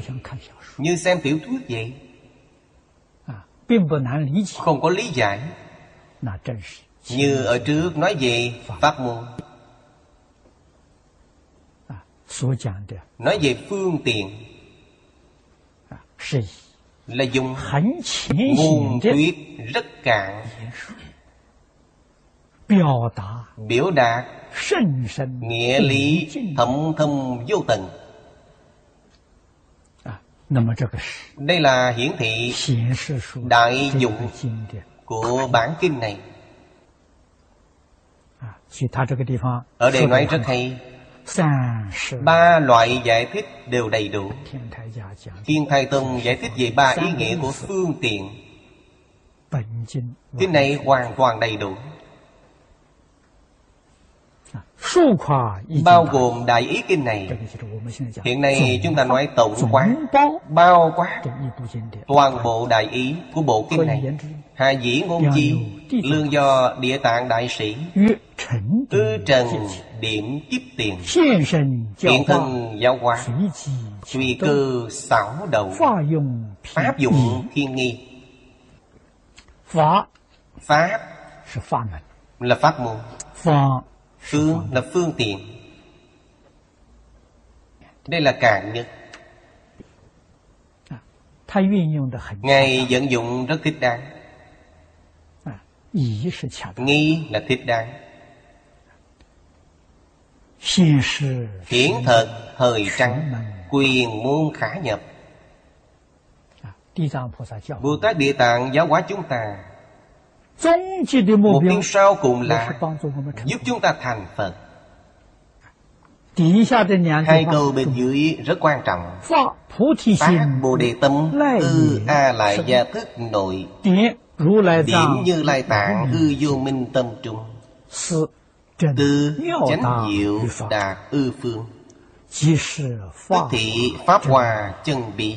A: Như xem tiểu thuyết vậy
B: 啊
A: Không có lý giải Như ở trước nói về Pháp môn
B: 啊
A: Nói về phương tiện
B: 啊
A: Là dùng ngôn thuyết rất cạn Biểu đạt Nghĩa lý thẩm thâm vô tận Đây là hiển thị Đại dụng của bản kinh này Ở đây nói rất hay Ba loại giải thích đều đầy đủ Thiên Thái Tông giải thích về ba ý nghĩa của phương tiện Kinh này hoàn toàn đầy đủ Bao gồm đại ý kinh này Hiện nay chúng ta nói tổng quán Bao quát Toàn bộ đại ý của bộ kinh này Hà dĩ ngôn chi Lương do địa tạng đại sĩ Tư trần điểm kiếp tiền Hiện thân giáo hóa Suy cơ xảo đầu Pháp dụng thiên nghi Pháp là pháp môn Phương là phương tiện Đây là cạn nhất
B: 啊
A: Ngài vận dụng rất thích đáng
B: 啊
A: Nghi là thích đáng Hiển thật thời trắng Quyền môn khả nhập
B: 啊
A: Bồ Tát Địa Tạng giáo hóa chúng ta Mục tiêu sau cùng là Giúp chúng ta thành Phật Hai câu bên dưới rất quan trọng Phát Bồ Đề Tâm Ư A Lại Gia Thức Nội Điểm như Lai Tạng Ư Vô Minh Tâm Trung Tư Chánh Diệu Đạt Ư Phương Tức thị Pháp Hòa Chân Bị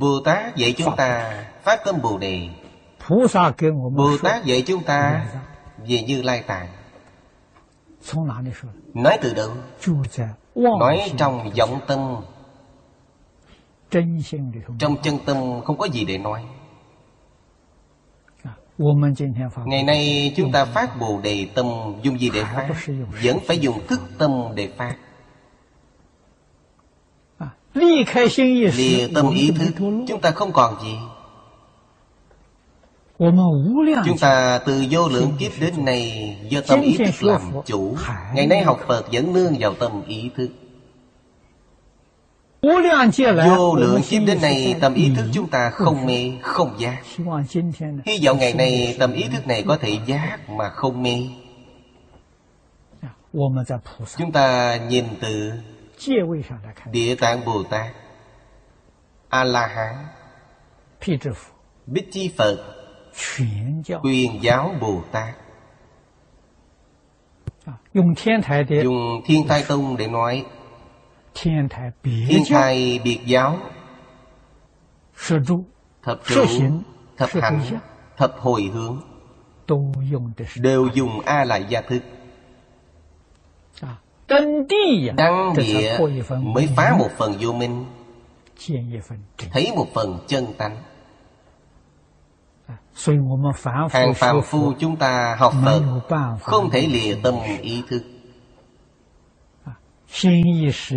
A: Bồ Tát dạy chúng ta phát tâm Bồ Đề Bồ Dạ. Tát dạy chúng ta về Như Lai Tạng Nói từ đâu? Nói trong vọng tâm Trong chân tâm không có gì để nói
B: 啊
A: Ngày nay chúng ta phát Bồ Đề tâm dùng gì để phát? Vẫn phải dùng thức tâm để phát
B: 啊
A: Lìa tâm ý thức Chúng ta không còn gì
B: À,
A: Chúng ta từ vô lượng kiếp đến nay Do tâm ý thức làm chủ Ngày nay học Phật vẫn nương vào tâm ý thức Vô lượng kiếp đến nay Tâm ý thức chúng ta không mê, không giác
B: 嗯
A: Hy vọng ngày nay Tâm ý thức này có thể giác mà không mê
B: 啊
A: Chúng ta nhìn từ Địa Tạng Bồ Tát A-la-hán Bích Chi Phật Quyền giáo Bồ Tát
B: Dùng Thiên
A: Thái Tông để nói Thiên Thái Biệt Giáo Thập trụ Thập hạnh Thập hồi hướng Đều dùng A-lại gia thức
B: 啊
A: Đăng địa mới phá một phần vô minh Thấy một phần chân tánh
B: 啊
A: Hàng phàm phu chúng ta học Phật Không thể lìa tâm ý thức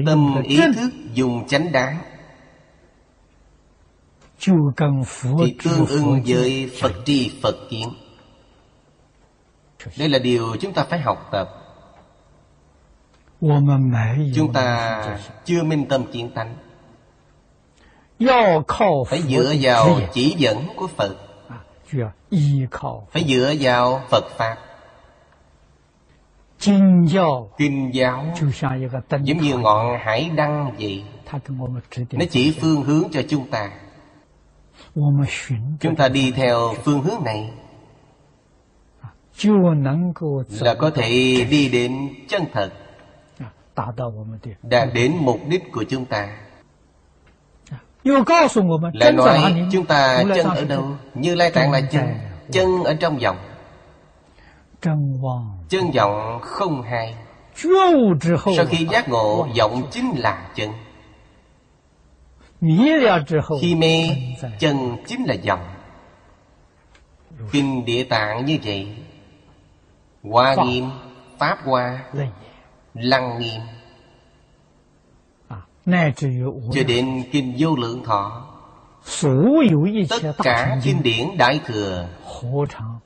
A: Tâm ý thức dùng chánh đáng thì tương ưng với Phật tri Phật kiến. Đây là điều chúng ta phải học tập. Chúng ta chưa minh tâm chiến tánh. Phải dựa vào chỉ dẫn của Phật.
B: 啊
A: Phải dựa vào Phật Pháp.
B: Kinh giáo
A: Kinh giáo giống như ngọn hải đăng vậy. Nó chỉ phương hướng cho chúng ta. Chúng ta đi theo phương hướng này là có thể đi đến chân thật
B: 啊
A: đạt đến mục đích của chúng ta là
B: 啊
A: nói chúng ta chân ở đâu như lai tạng là chân chân ở trong vòng chân vọng không hai sau khi giác ngộ vọng chính là chân khi mê chân chính là vọng kinh địa tạng như vậy Hoa nghiêm Pháp hoa Lăng nghiêm
B: 啊
A: Cho đến Kinh vô lượng thọ Tất cả kinh điển Đại Thừa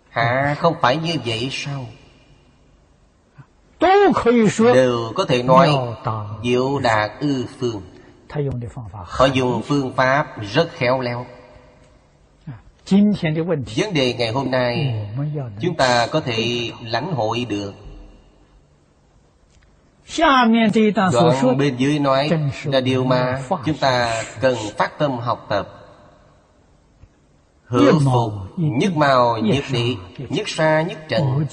A: Hả không phải như vậy sao Đều có thể nói Diệu đạt ư phương Họ dùng phương pháp rất khéo léo
B: 啊
A: Vấn đề ngày hôm nay
B: Ừ.
A: Chúng ta có thể lãnh hội được
B: À,
A: Đoạn bên dưới nói là điều mà chúng ta cần phát tâm học tập Hữu phục, nhất màu, nhất địa, nhất xa, nhất trần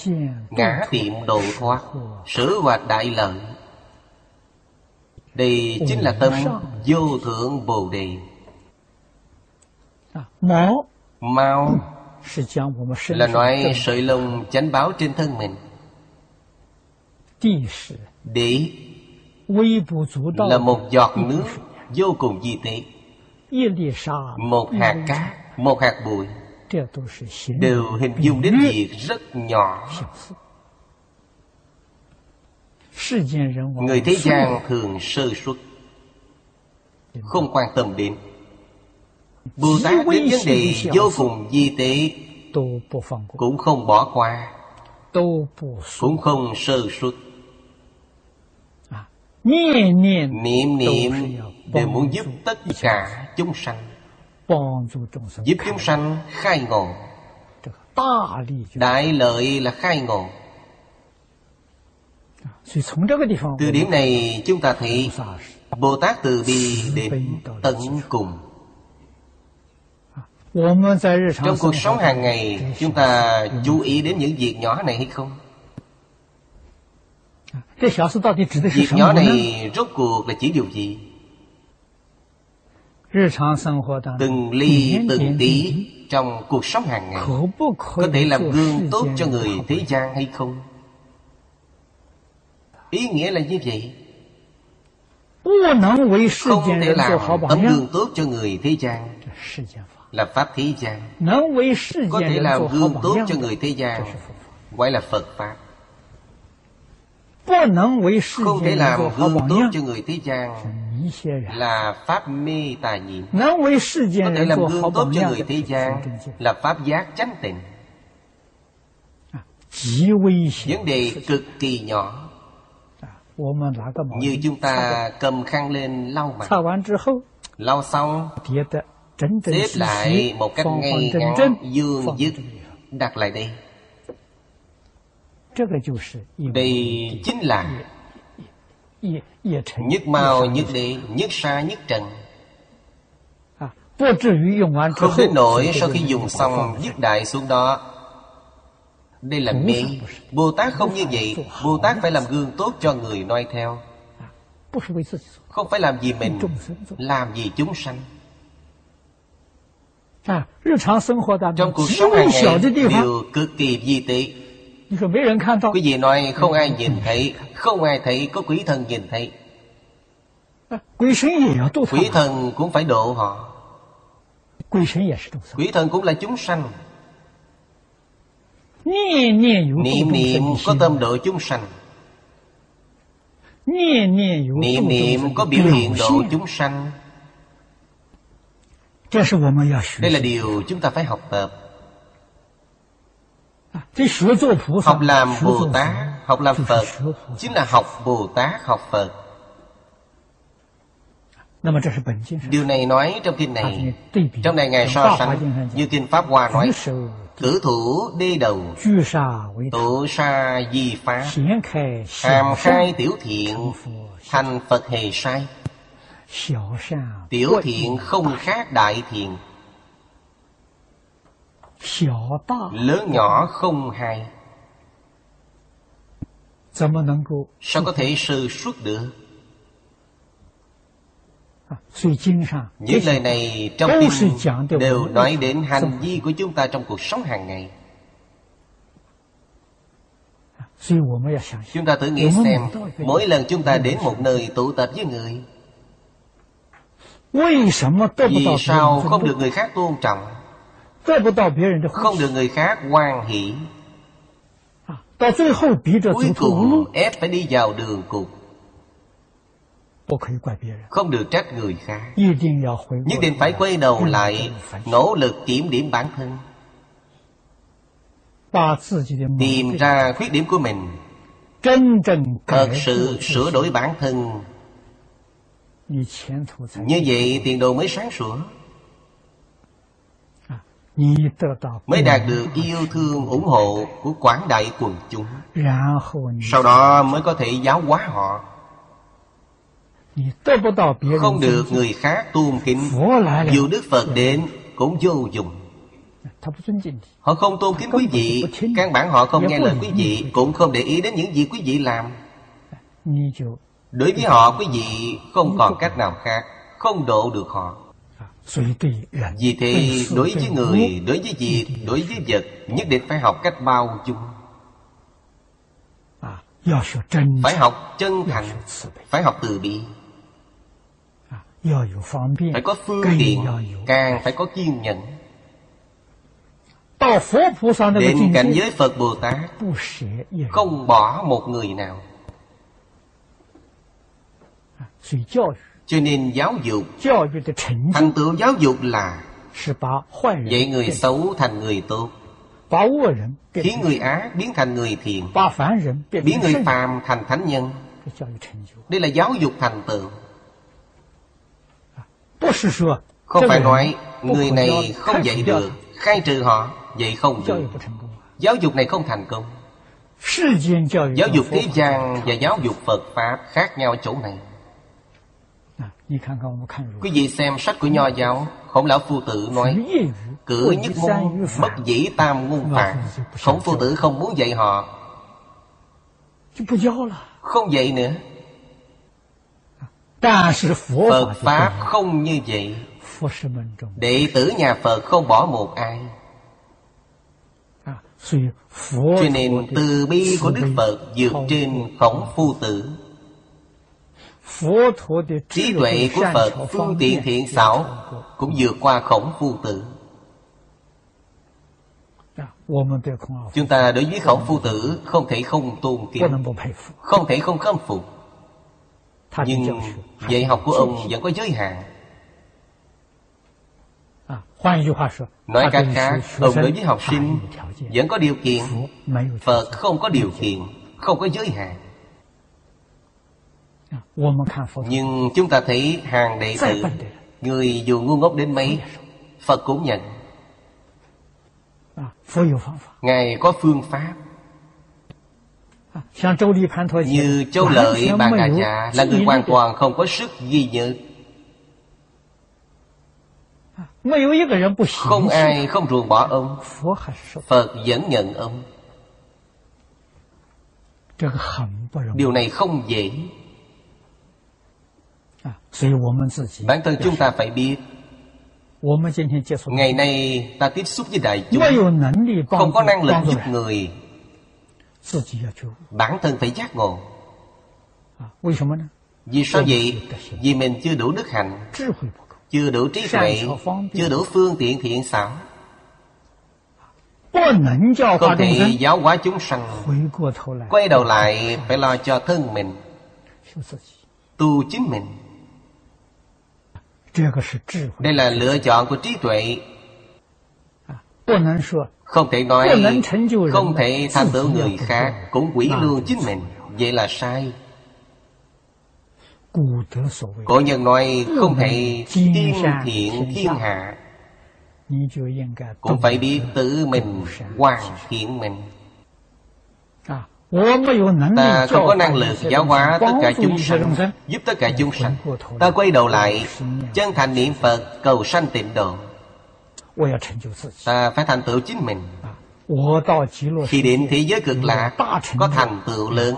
A: Ngã tiệm độ thoát, sử hoạt đại lợi Đây chính là tâm vô thượng Bồ Đề
B: 啊
A: Mao là nói sợi lông chánh báo trên thân mình. Đế là một giọt nước vô cùng di tế. Một hạt cá, một hạt bụi đều hình dung đến việc rất nhỏ. Người thế gian thường sơ suất, không quan tâm đến. Bồ Tát đến vấn đề vô cùng di tế Cũng không bỏ qua Cũng không sơ suất
B: 啊
A: Niệm niệm đều muốn giúp tất cả chúng sanh Giúp chúng sanh khai ngộ Đại lợi là khai ngộ Từ điểm này chúng ta thấy Bồ Tát từ bi đến tận cùng trong cuộc sống hàng ngày chúng ta chú ý đến những việc nhỏ này hay không
B: 啊
A: việc nhỏ này rốt cuộc là chỉ điều gì từng ly từng tí trong cuộc sống hàng ngày có thể làm gương tốt cho người thế gian hay không ý nghĩa là như vậy không thể làm tấm gương tốt cho người thế gian là pháp thế gian có thể làm gương tốt cho người thế gian gọi là phật pháp không thể làm gương tốt cho người thế gian là pháp mê tà nhiệm có thể làm gương tốt cho người thế gian là pháp giác chánh tịnh
B: 啊
A: vấn đề cực kỳ nhỏ
B: 啊
A: như chúng ta cầm khăn lên lau mặt lau xong xếp lại một cách ngay ngắn dương dứt đặt lại đây đây chính là nhất mao nhất đệ nhất xa nhất trần
B: 啊
A: không đến nỗi sau khi dùng xong dứt đại xuống đó đây là mê bồ tát không như vậy bồ tát phải làm gương tốt cho người noi theo
B: 啊
A: không phải làm gì mình làm gì chúng sanh
B: 啊
A: trong cuộc sống hàng ngày đều cực kỳ di tế quý vị nói không ai nhìn thấy không ai thấy có quỷ thần nhìn thấy
B: 啊
A: quỷ thần cũng phải độ họ quỷ thần cũng là chúng sanh niệm niệm có tâm độ chúng sanh niệm niệm có biểu hiện độ chúng sanh Đây là điều chúng ta phải học tập Học làm Bồ Tát, học làm Phật Chính là học Bồ Tát, học Phật Điều này nói trong kinh này Trong này Ngài so sánh Như kinh Pháp Hoa nói Cử thủ đê đầu Tổ sa di phá Hàm khai tiểu thiện Thành Phật hề sai Tiểu thiện không khác đại thiện Lớn nhỏ không hai Sao có thể sư suốt được
B: 啊
A: những lời này trong kinh đều nói đến hành vi của chúng ta trong cuộc sống hàng ngày. Chúng ta tự nghĩ xem, mỗi lần chúng ta đến một nơi tụ tập với người, vì sao không được người khác tôn trọng, không được người khác quan hỷ,
B: 啊
A: cuối cùng ép phải đi vào đường cục. Không được trách người khác Nhất định phải quay đầu lại Nỗ lực kiểm điểm bản thân Tìm ra khuyết điểm của mình Thật sự sửa đổi bản thân Như vậy tiền đồ mới sáng sủa
B: 啊
A: mới đạt được yêu thương ủng hộ của quảng đại quần chúng sau đó mới có thể giáo hóa họ không được người khác tôn kính Dù Đức Phật đến cũng vô dụng Họ không tôn kính quý vị Căn bản họ không nghe lời quý vị Cũng không để ý đến những gì quý vị làm Đối với họ quý vị không còn cách nào khác Không độ được họ
B: 啊
A: Vì thế đối với người Đối với việc Đối với vật Nhất định phải học cách bao dung
B: 啊
A: phải học chân thành phải học từ bi
B: 啊
A: phải có phương tiện càng phải có kiên nhẫn đến cảnh giới phật bồ tát không bỏ một người nào cho nên giáo dục thành tựu giáo dục là dạy người xấu thành người tốt khiến người ác biến thành người thiện biến người phàm thành thánh nhân đây là giáo dục thành tựu không phải nói người này không dạy được khai trừ họ vậy không được
B: 啊
A: giáo dục này không thành công giáo dục thế gian và giáo dục phật pháp khác nhau chỗ này quý vị xem sách của nho giáo khổng lão phu tử nói cử nhất môn bất dĩ tam ngôn phạt khổng phu tử không muốn dạy họ không dạy nữa phật pháp không như vậy đệ tử nhà phật không bỏ một ai
B: 啊
A: cho nên từ bi của đức phật vượt trên khổng phu tử trí tuệ của phật phương tiện thiện xảo cũng vượt qua khổng phu tử
B: 啊
A: chúng ta đối với khổng phu tử không thể không tôn kính không thể không khâm phục nhưng dạy học của ông vẫn có giới hạn
B: 啊
A: nói cách khác ông đối với học sinh vẫn có điều kiện phật không có điều kiện không có giới hạn nhưng chúng ta thấy hàng đệ tử Người dù ngu ngốc đến mấy Phật cũng nhận
B: 啊
A: Ngài có phương pháp
B: 啊
A: Như
B: Dạ,
A: Châu Lợi Bà Cà Dạ Là người hoàn toàn không có sức ghi nhớ Không ai không ruồng bỏ ông Phật vẫn nhận ông Điều này không dễ
B: 啊
A: Bản thân chúng ta phải biết Ngày nay ta tiếp xúc với đại
B: Dạ,
A: chúng Không có năng lực giúp người Bản thân phải giác ngộ
B: 啊
A: Vì sao vậy? Vì mình chưa đủ đức hạnh Chưa đủ trí tuệ Chưa đủ phương tiện thiện xảo Không thể giáo hóa chúng sanh Quay đầu lại phải lo cho thân mình Tu chính mình Đây là lựa chọn của trí tuệ. Không thể nói không thể tha tử người khác cũng quỷ lương chính mình. Vậy là sai. Cổ nhân nói không thể tiên thiện thiên hạ cũng phải biết tự mình hoàn thiện mình
B: 啊
A: ta không có năng lực giáo hóa tất cả chúng sanh giúp tất cả chúng sanh ta quay đầu lại chân thành niệm phật cầu sanh tịnh độ ta phải thành tựu chính mình khi đến thế giới cực lạc có thành tựu lớn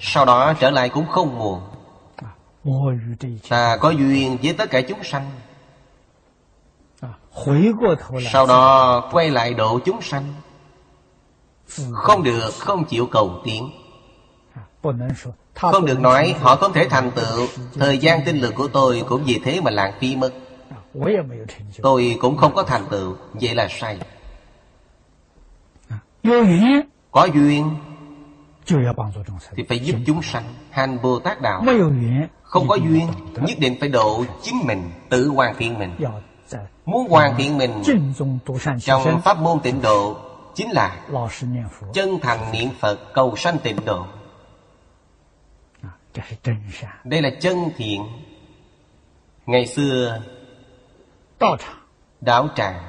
A: sau đó trở lại cũng không muộn
B: 啊
A: ta có duyên với tất cả chúng sanh
B: 啊
A: sau đó quay lại độ chúng sanh không được không chịu cầu tiến
B: 啊
A: không được nói họ không thể thành tựu thời gian
B: 啊
A: tinh lực của tôi cũng vì thế mà lãng phí mất tôi cũng không có thành tựu vậy là sai
B: 啊
A: có duyên thì phải giúp chúng sanh hành bồ tát đạo không có duyên nhất định phải độ chính mình tự hoàn thiện mình muốn hoàn thiện mình trong pháp môn tịnh độ chính là chân thành niệm phật cầu sanh tịnh độ
B: 啊
A: đây là chân thiện ngày xưa đạo tràng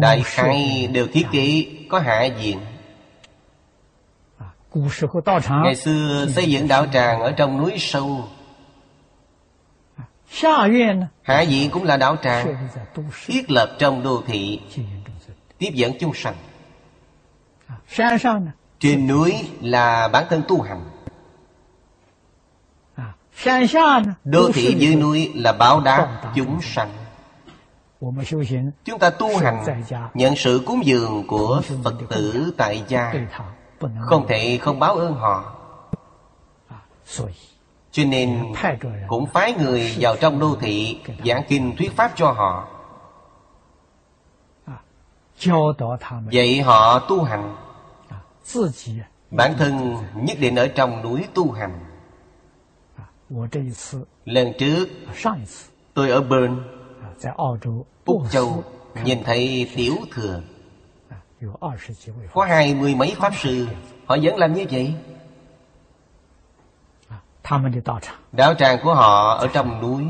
A: đại khai đều thiết kế có hạ diện
B: 啊
A: ngày xưa xây dựng đạo tràng ở trong núi sâu Hạ diện cũng là đạo tràng Thiết lập trong đô thị Tiếp dẫn chung sanh
B: 啊
A: Trên núi là bản thân tu hành
B: 啊
A: Đô thị dưới núi là báo đáp chúng sanh Chúng ta tu hành Nhận sự cúng dường Ừ. của Phật tử tại gia Không thể không báo ơn họ
B: 啊
A: cho nên cũng phái người vào trong đô thị giảng kinh thuyết pháp cho họ
B: 啊
A: dạy họ tu hành
B: 啊
A: bản thân nhất định ở trong núi tu hành
B: 啊
A: lần trước tôi ở bên
B: 啊
A: úc châu nhìn thấy tiểu thừa
B: 啊
A: có hai mươi mấy pháp sư họ vẫn làm như vậy
B: 啊
A: Đạo tràng của họ ở trong núi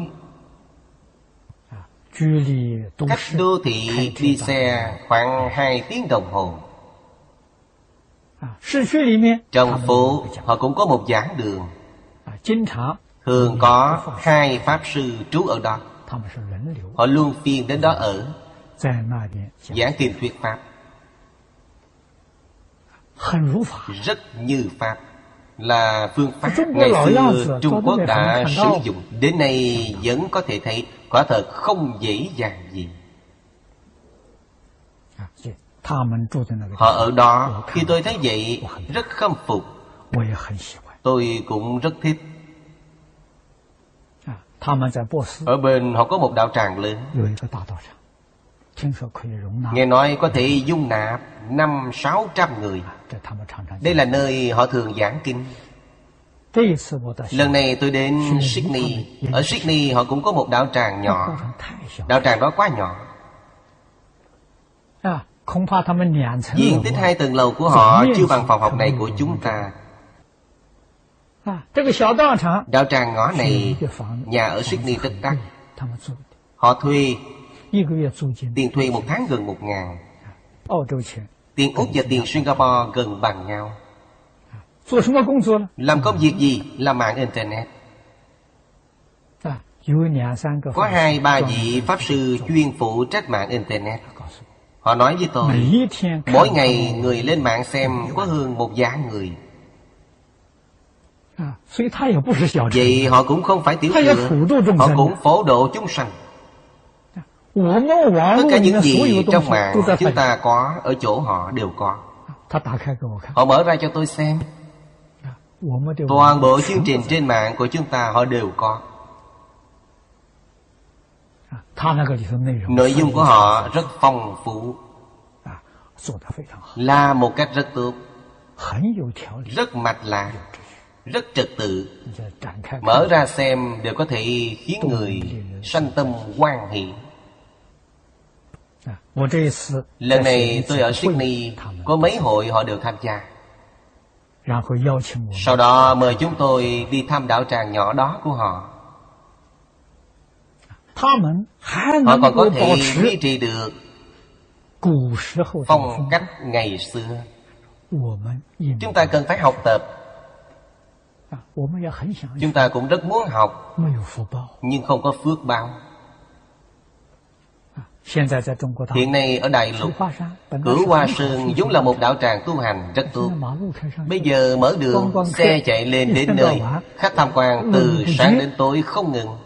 A: Cách đô thị đi xe khoảng 2 tiếng đồng hồ
B: 啊
A: Trong phố họ cũng có một giảng đường
B: 啊
A: Thường có hai Pháp sư trú ở đó Họ luôn phiên đến đó ở Giảng kinh thuyết Pháp Rất như Pháp là phương pháp ngày xưa Trung Quốc đã sử dụng đến nay vẫn có thể thấy quả thật không dễ dàng gì
B: 啊
A: họ ở đó khi tôi thấy vậy rất khâm phục tôi cũng rất thích
B: 啊
A: ở bên họ có một đạo tràng lớn Nghe nói có thể dung nạp năm sáu trăm người
B: 啊
A: Đây là nơi họ thường giảng kinh Lần này tôi đến Sydney Ở Sydney họ cũng có một đạo tràng nhỏ Đạo tràng đó quá nhỏ
B: 啊
A: Diện tích hai tầng lầu của họ chưa bằng phòng học này của chúng ta
B: 啊
A: Đạo tràng ngõ này Nhà ở Sydney rất đắt Họ thuê Tiền thuê một tháng gần một ngàn Tiền Úc và tiền Singapore gần bằng nhau Làm công việc gì? Làm mạng Internet
B: 啊
A: Có hai ba vị Pháp sư chuyên phụ trách mạng Internet Họ nói với tôi Mỗi ngày người lên mạng xem có hơn một dạng người
B: 啊
A: Vậy họ cũng không phải tiểu thừa Họ cũng phổ độ chúng sanh Tất cả những gì trong mạng chúng ta có ở chỗ họ đều có.
B: 啊
A: Họ mở ra cho tôi xem.
B: 啊
A: Toàn bộ chương trình trên mạng của chúng ta họ đều có.
B: 啊
A: Nội dung của họ rất phong phú.
B: 啊
A: Là một cách rất tốt. Rất mạch lạc. rất trật tự mở ra xem đều có thể khiến người sanh tâm quan hỷ
B: 啊
A: lần này tôi ở sydney có mấy hội họ đều tham gia sau đó mời chúng tôi đi thăm đạo tràng nhỏ đó của họ họ còn có thể duy trì được phong cách ngày xưa chúng ta cần phải học tập
B: 啊
A: chúng ta cũng rất muốn học nhưng không có phước báo hiện nay ở đại lục cửu hoa sơn vốn là một đạo tràng tu hành rất tốt bây giờ mở đường xe chạy lên đến nơi khách tham quan từ sáng đến tối không ngừng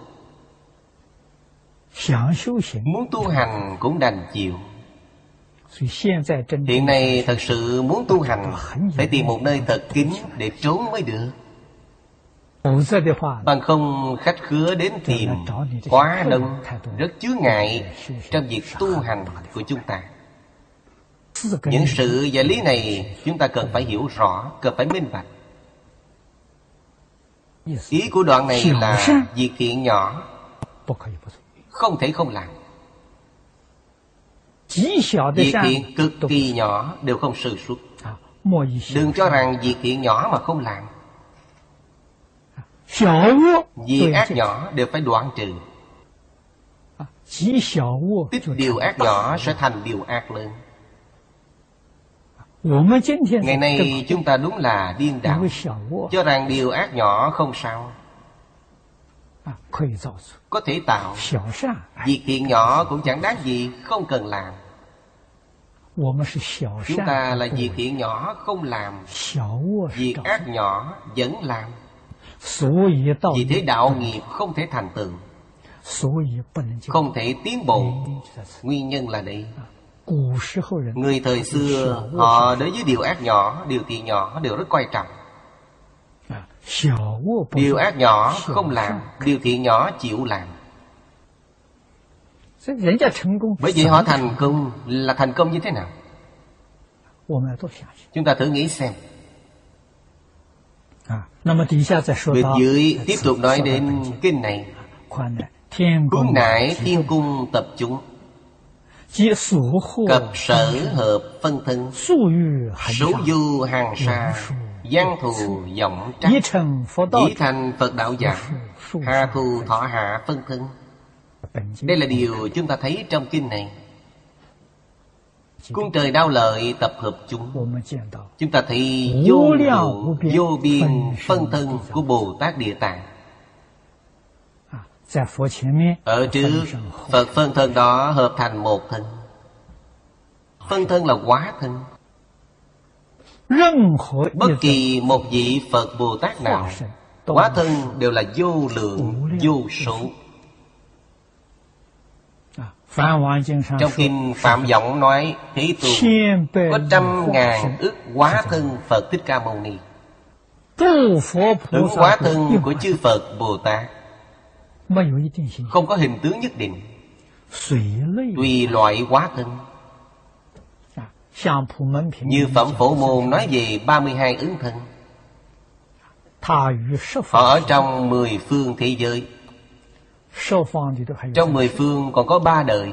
A: muốn tu hành cũng đành chịu hiện nay thật sự muốn tu hành phải tìm một nơi thật kín để trốn mới được bằng không khách khứa đến tìm quá đông rất chứa ngại trong việc tu hành của chúng ta những sự và lý này chúng ta cần phải hiểu rõ cần phải minh bạch ý của đoạn này là việc thiện nhỏ không thể không làm Việc thiện cực kỳ nhỏ đều không sử xuất
B: 啊
A: Đừng cho rằng việc thiện nhỏ mà không làm Việc ác nhỏ đều phải đoạn trừ
B: 啊
A: Tích điều ác nhỏ sẽ thành điều ác lớn Ngày nay chúng ta đúng là điên đảo Cho rằng điều ác nhỏ không sao
B: 啊
A: có thể tạo
B: 哎
A: việc thiện nhỏ cũng chẳng đáng gì không cần làm chúng ta
B: 啊
A: là việc thiện nhỏ không làm việc ác nhỏ vẫn làm vì thế đạo nghiệp không thể thành tựu không thể tiến bộ nguyên nhân là đây người thời xưa họ đối với điều ác nhỏ điều thiện nhỏ đều rất coi trọng 嗯
B: 啊
A: Điều ác nhỏ không làm Điều thiện nhỏ chịu làm Bởi vì họ thành công Là thành công như thế nào Chúng ta thử nghĩ xem
B: 啊
A: Bên 啊 dưới tiếp tục nói đến kinh này
B: 啊
A: Cung nải thiên cung tập chúng Cập sở hợp phân thân Số du hàng xa Giang thù giọng trắc Dĩ thành Phật đạo giả Hà thù thọ hạ phân thân Đây là điều chúng ta thấy trong kinh này Cung trời đau lợi tập hợp chúng Chúng ta thấy vô lượng vô biên phân thân của Bồ Tát Địa Tạng
B: 啊
A: Ở trước Phật phân thân đó hợp thành một thân Phân thân là quá thân Bất kỳ một vị Phật Bồ Tát nào Quá thân đều là vô lượng, vô số
B: 啊
A: Trong kinh Phạm Giọng nói Thế Tùng có trăm ngàn ức quá thân Phật Thích Ca Mâu Ni Tướng quá thân của chư Phật Bồ Tát Không có hình tướng nhất định Tùy loại quá thân
B: 啊
A: như Phẩm Phổ Môn nói về 32 ứng thân Họ ở trong 10 phương thế giới Trong 10 phương còn có ba đời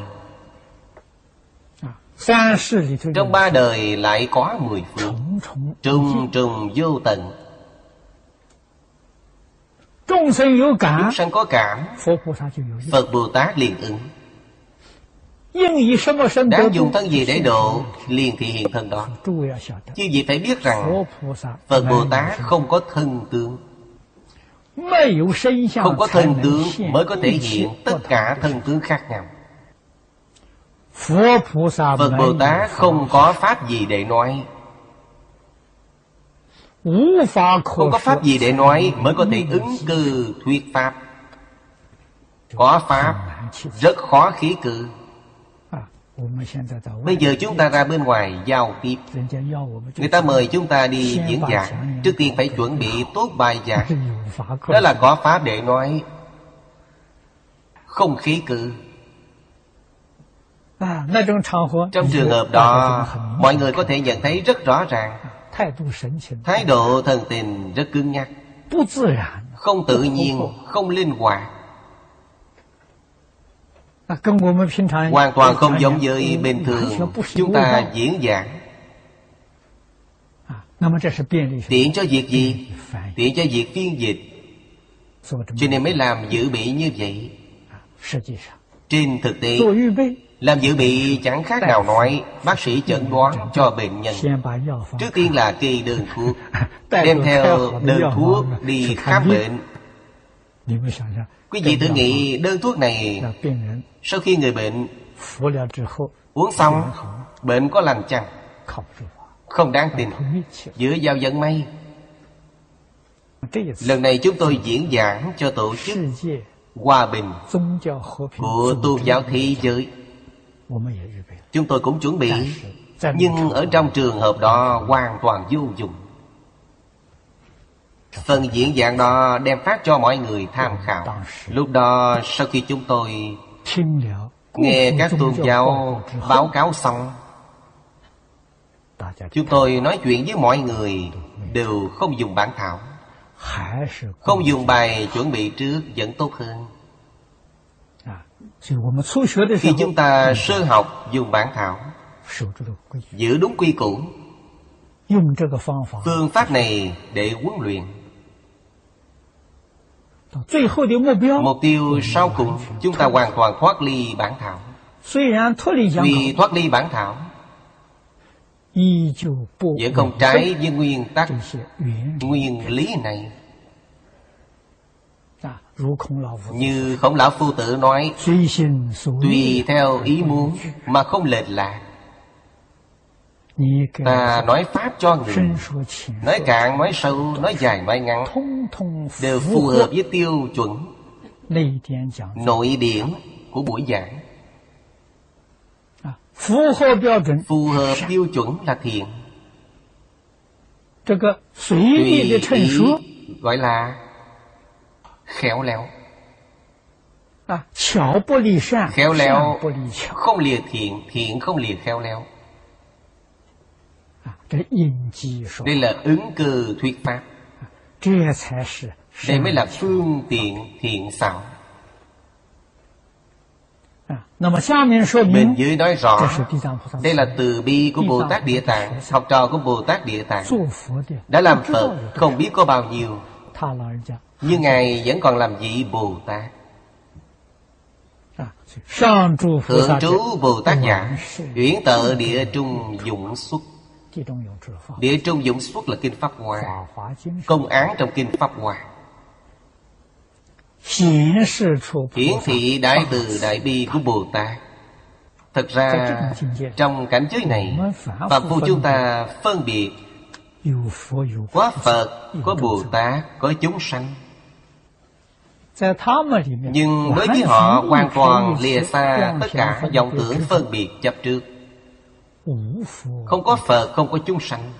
B: 啊
A: Trong ba đời lại có 10 phương Trùng trùng vô tận Chúng sanh có cảm Phật Bồ Tát liền ứng Đáng dùng thân gì để độ Liền thị hiện thân đó Chứ gì phải biết rằng Phật Bồ Tát không có thân tướng Không có thân tướng mới có thể hiện Tất cả thân tướng khác nhau Phật Bồ Tát không có pháp gì để nói Không có pháp gì để nói Mới có thể ứng cư thuyết pháp Có pháp rất khó khí cự
B: 啊
A: Bây giờ chúng ta ra bên ngoài giao tiếp Người ta mời chúng ta đi diễn giảng Trước tiên phải chuẩn bị tốt bài
B: 哎
A: giảng Đó là có pháp để nói Không khí cự
B: 啊
A: Trong trường hợp đó Mọi người có thể nhận thấy rất rõ ràng Thái độ thần tình rất cứng nhắc không tự nhiên không linh hoạt hoàn toàn không giống với bình thường chúng ta diễn giảng
B: 啊
A: tiện cho việc gì tiện cho việc phiên dịch cho nên mới làm dự bị như vậy trên thực tế làm dự bị chẳng khác nào nói bác sĩ chẩn đoán cho bệnh nhân trước tiên là kê đơn thuốc đem theo đơn thuốc đi khám bệnh quý vị tự nghĩ đơn thuốc này sau khi người bệnh uống xong bệnh có lành chăng
B: 啊
A: không đáng tin giữa giao dân may lần này chúng tôi diễn giảng cho tổ chức hòa bình của tôn giáo thế giới chúng tôi cũng chuẩn bị 嗯 nhưng ở trong trường hợp đó hoàn toàn vô dụng phần diễn dạng đó đem phát cho mọi người tham khảo lúc đó sau khi chúng tôi nghe các tôn giáo báo cáo xong chúng tôi nói chuyện với mọi người đều không dùng bản thảo không dùng bài chuẩn bị trước vẫn tốt hơn
B: 啊
A: khi chúng ta sơ học dùng bản thảo giữ đúng quy củ phương pháp này để huấn luyện mục tiêu sau cùng chúng ta hoàn toàn thoát ly bản thảo vì thoát ly bản thảo vẫn
B: Ừ.
A: không trái với nguyên tắc nguyên lý này
B: 啊
A: như khổng lão phu tử nói tùy theo ý muốn mà không lệch lạc ta nói pháp cho người nói cạn nói sâu nói dài nói ngắn đều phù hợp với tiêu chuẩn nội điểm của buổi giảng
B: 啊
A: phù hợp tiêu chuẩn là thiện tùy ý gọi là khéo léo
B: 啊
A: khéo léo không lìa thiện thiện không lìa khéo léo
B: 啊
A: đây là ứng cư thuyết pháp đây mới là phương tiện thiện xảo
B: 啊
A: Bên dưới nói rõ Đây là từ bi của Bồ Tát Địa Tạng Học trò của Bồ Tát Địa Tạng Đã làm Phật không biết có bao nhiêu Nhưng Ngài vẫn còn làm vị Bồ Tát
B: 啊
A: Thượng trú Bồ Tát giả Uyển tợ địa trung dụng xuất Địa trung dụng xuất là kinh Pháp Hoa Công án trong kinh Pháp Hoa hiển thị đại từ đại bi của bồ tát thật ra trong cảnh giới này phạm phu chúng ta phân biệt có phật có bồ tát có chúng sanh nhưng đối với họ hoàn toàn lìa xa tất cả vọng tưởng phân biệt chấp trước không có phật không có chúng sanh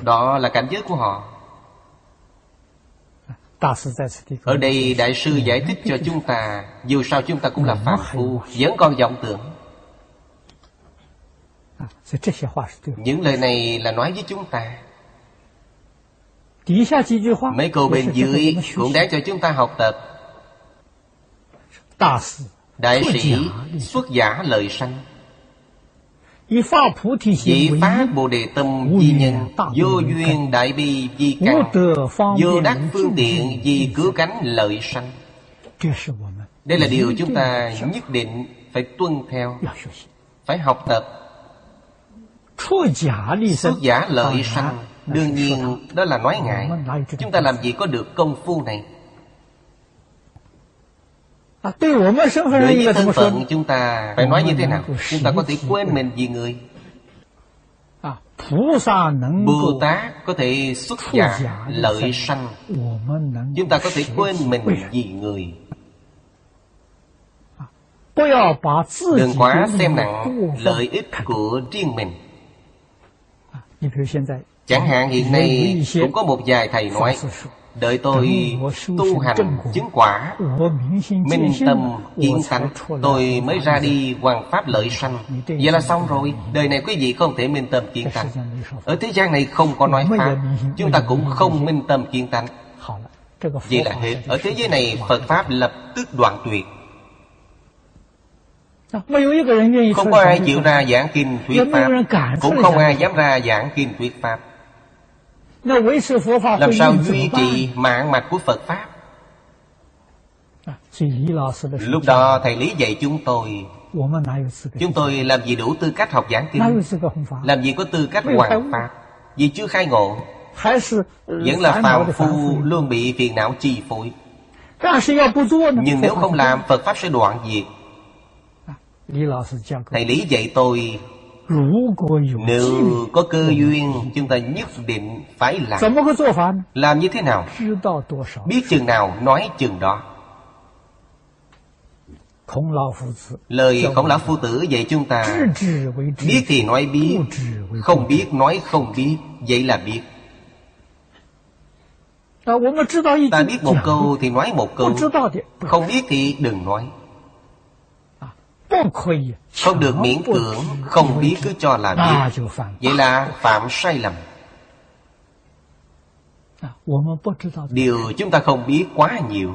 A: đó là cảnh giới của họ ở đây đại sư giải thích cho chúng ta Dù sao chúng ta cũng là pháp phu Vẫn còn vọng tưởng
B: 啊
A: Những lời này là nói với chúng ta Mấy câu bên dưới cũng đáng cho chúng ta học tập Đại sĩ xuất giả lợi sanh Chỉ phát Bồ Đề Tâm di nhân Vô duyên đại bi di căn Vô đắc phương tiện di cứu cánh lợi sanh Đây là điều chúng ta nhất định phải tuân theo Phải học tập Xuất giả lợi sanh Đương nhiên đó là nói ngại Chúng ta làm gì có được công phu này
B: 啊
A: Đối với thân phận chúng ta phải nói như thế nào Chúng ta có thể quên mình vì người
B: 啊
A: Bồ Tát có thể xuất giả lợi sanh Chúng ta có thể quên mình vì người
B: 啊
A: Đừng quá xem nặng lợi ích của riêng mình Chẳng hạn hiện nay cũng có một vài thầy nói Đợi tôi tu hành chứng quả Minh tâm kiến tánh Tôi mới
B: 啊
A: ra đi hoàng pháp lợi sanh Vậy là xong rồi Đời này quý vị không thể minh tâm kiến tánh Ở thế gian này không có nói pháp Chúng ta cũng không minh tâm kiến tánh Vậy là hết Ở thế giới này Phật Pháp lập tức đoạn tuyệt không có ai chịu ra giảng kinh thuyết pháp Cũng không ai dám ra giảng kinh thuyết pháp
B: Ờ,
A: Làm sao duy trì mạng mạch của Phật Pháp
B: 啊
A: Lúc đó Thầy Lý dạy chúng tôi Chúng tôi làm gì đủ tư cách học giảng kinh Làm gì có tư cách hoàn pháp Vì chưa khai ngộ
B: 呃
A: Vẫn là phàm phu luôn bị phiền não chi phối Nhưng nếu không làm Phật Pháp sẽ đoạn diệt Thầy Lý dạy tôi Nếu có cơ duyên Chúng ta nhất định phải làm Làm như thế nào Biết chừng nào nói chừng đó Lời khổng lão phu tử dạy chúng ta Biết thì nói biết Không biết nói không biết Vậy là biết Ta biết một câu thì nói một câu Không biết thì đừng nói không được miễn cưỡng Không biết cứ cho là biết Vậy là phạm sai lầm Điều chúng ta không biết quá nhiều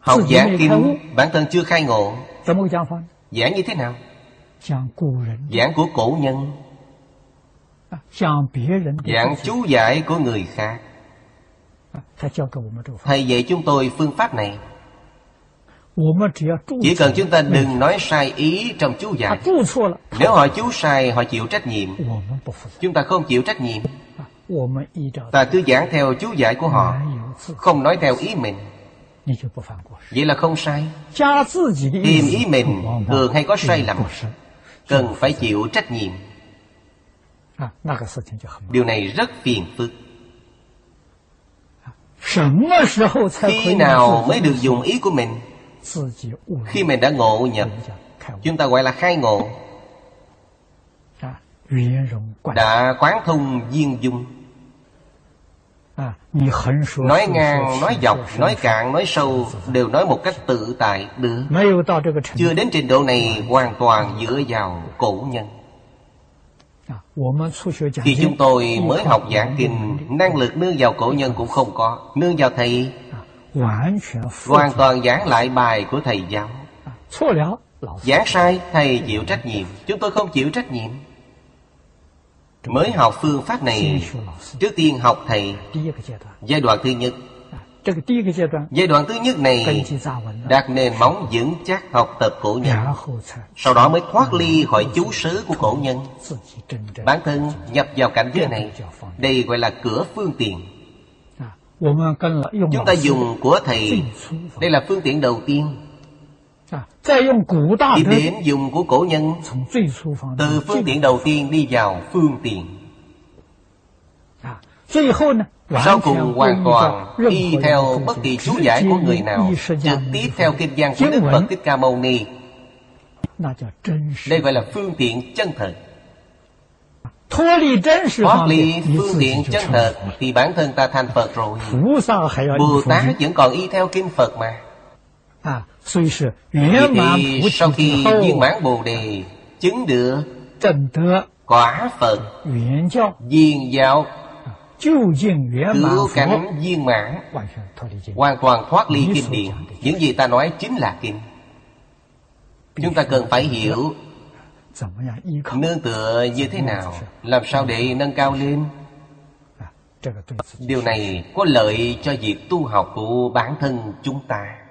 A: Học giảng kinh Bản thân chưa khai ngộ Giảng như thế nào Giảng của cổ nhân Giảng chú giải của người khác Thầy dạy chúng tôi phương pháp này chỉ cần chúng ta đừng nói sai ý trong chú giải Nếu họ chú sai họ chịu trách nhiệm Chúng ta không chịu trách nhiệm Ta cứ giảng theo chú giải của họ Không nói theo ý mình Vậy là không sai Tìm ý mình
B: 嗯
A: thường hay có sai lầm Cần phải chịu trách nhiệm
B: 啊
A: Điều này rất phiền phức Khi nào mới được dùng ý của mình khi mình đã ngộ nhập chúng ta gọi là khai ngộ
B: 啊
A: đã quán thông viên dung
B: 啊
A: nói ngang nói dọc nói cạn nói sâu đều nói một cách tự tại được chưa đến trình độ này hoàn toàn dựa vào cổ nhân
B: 啊
A: khi chúng tôi mới học giảng kinh năng lực nương vào cổ nhân cũng không có nương vào thầy
B: 啊
A: hoàn toàn giảng lại bài của thầy giáo
B: 啊
A: giảng sai thầy chịu trách nhiệm chúng tôi không chịu trách nhiệm mới học phương pháp này trước tiên học thầy giai đoạn thứ nhất
B: 啊
A: giai đoạn thứ nhất này đặt nền móng vững chắc học tập cổ nhân
B: Dạ.
A: sau đó mới thoát ly khỏi chú sứ của cổ nhân bản thân nhập vào cảnh giới này đây gọi là cửa phương tiện
B: 啊
A: Chúng ta dùng của thầy Đây là phương tiện đầu tiên
B: 啊 À,
A: Tiếp đến dùng của cổ nhân Từ phương tiện đầu tiên đi vào phương tiện
B: 啊
A: Sau cùng hoàn toàn Y theo bất kỳ chú giải của người nào Trực tiếp theo kinh văn của Đức Phật Thích Ca Mâu Ni Đây gọi là phương tiện chân thật Thoát ly phương tiện chân thật Thì bản thân ta thành Phật rồi Bồ Tát vẫn còn y theo kinh Phật mà
B: 啊
A: Vì thế sau khi viên mãn Bồ Đề Chứng được Quả Phật Viên giáo
B: 啊
A: Cứu cánh viên mãn Hoàn toàn thoát ly kinh điển Những gì ta nói chính là kinh Chúng ta cần phải hiểu Nương tựa như thế nào Làm sao để nâng cao lên
B: 啊
A: Điều này có lợi cho việc tu học của bản thân chúng ta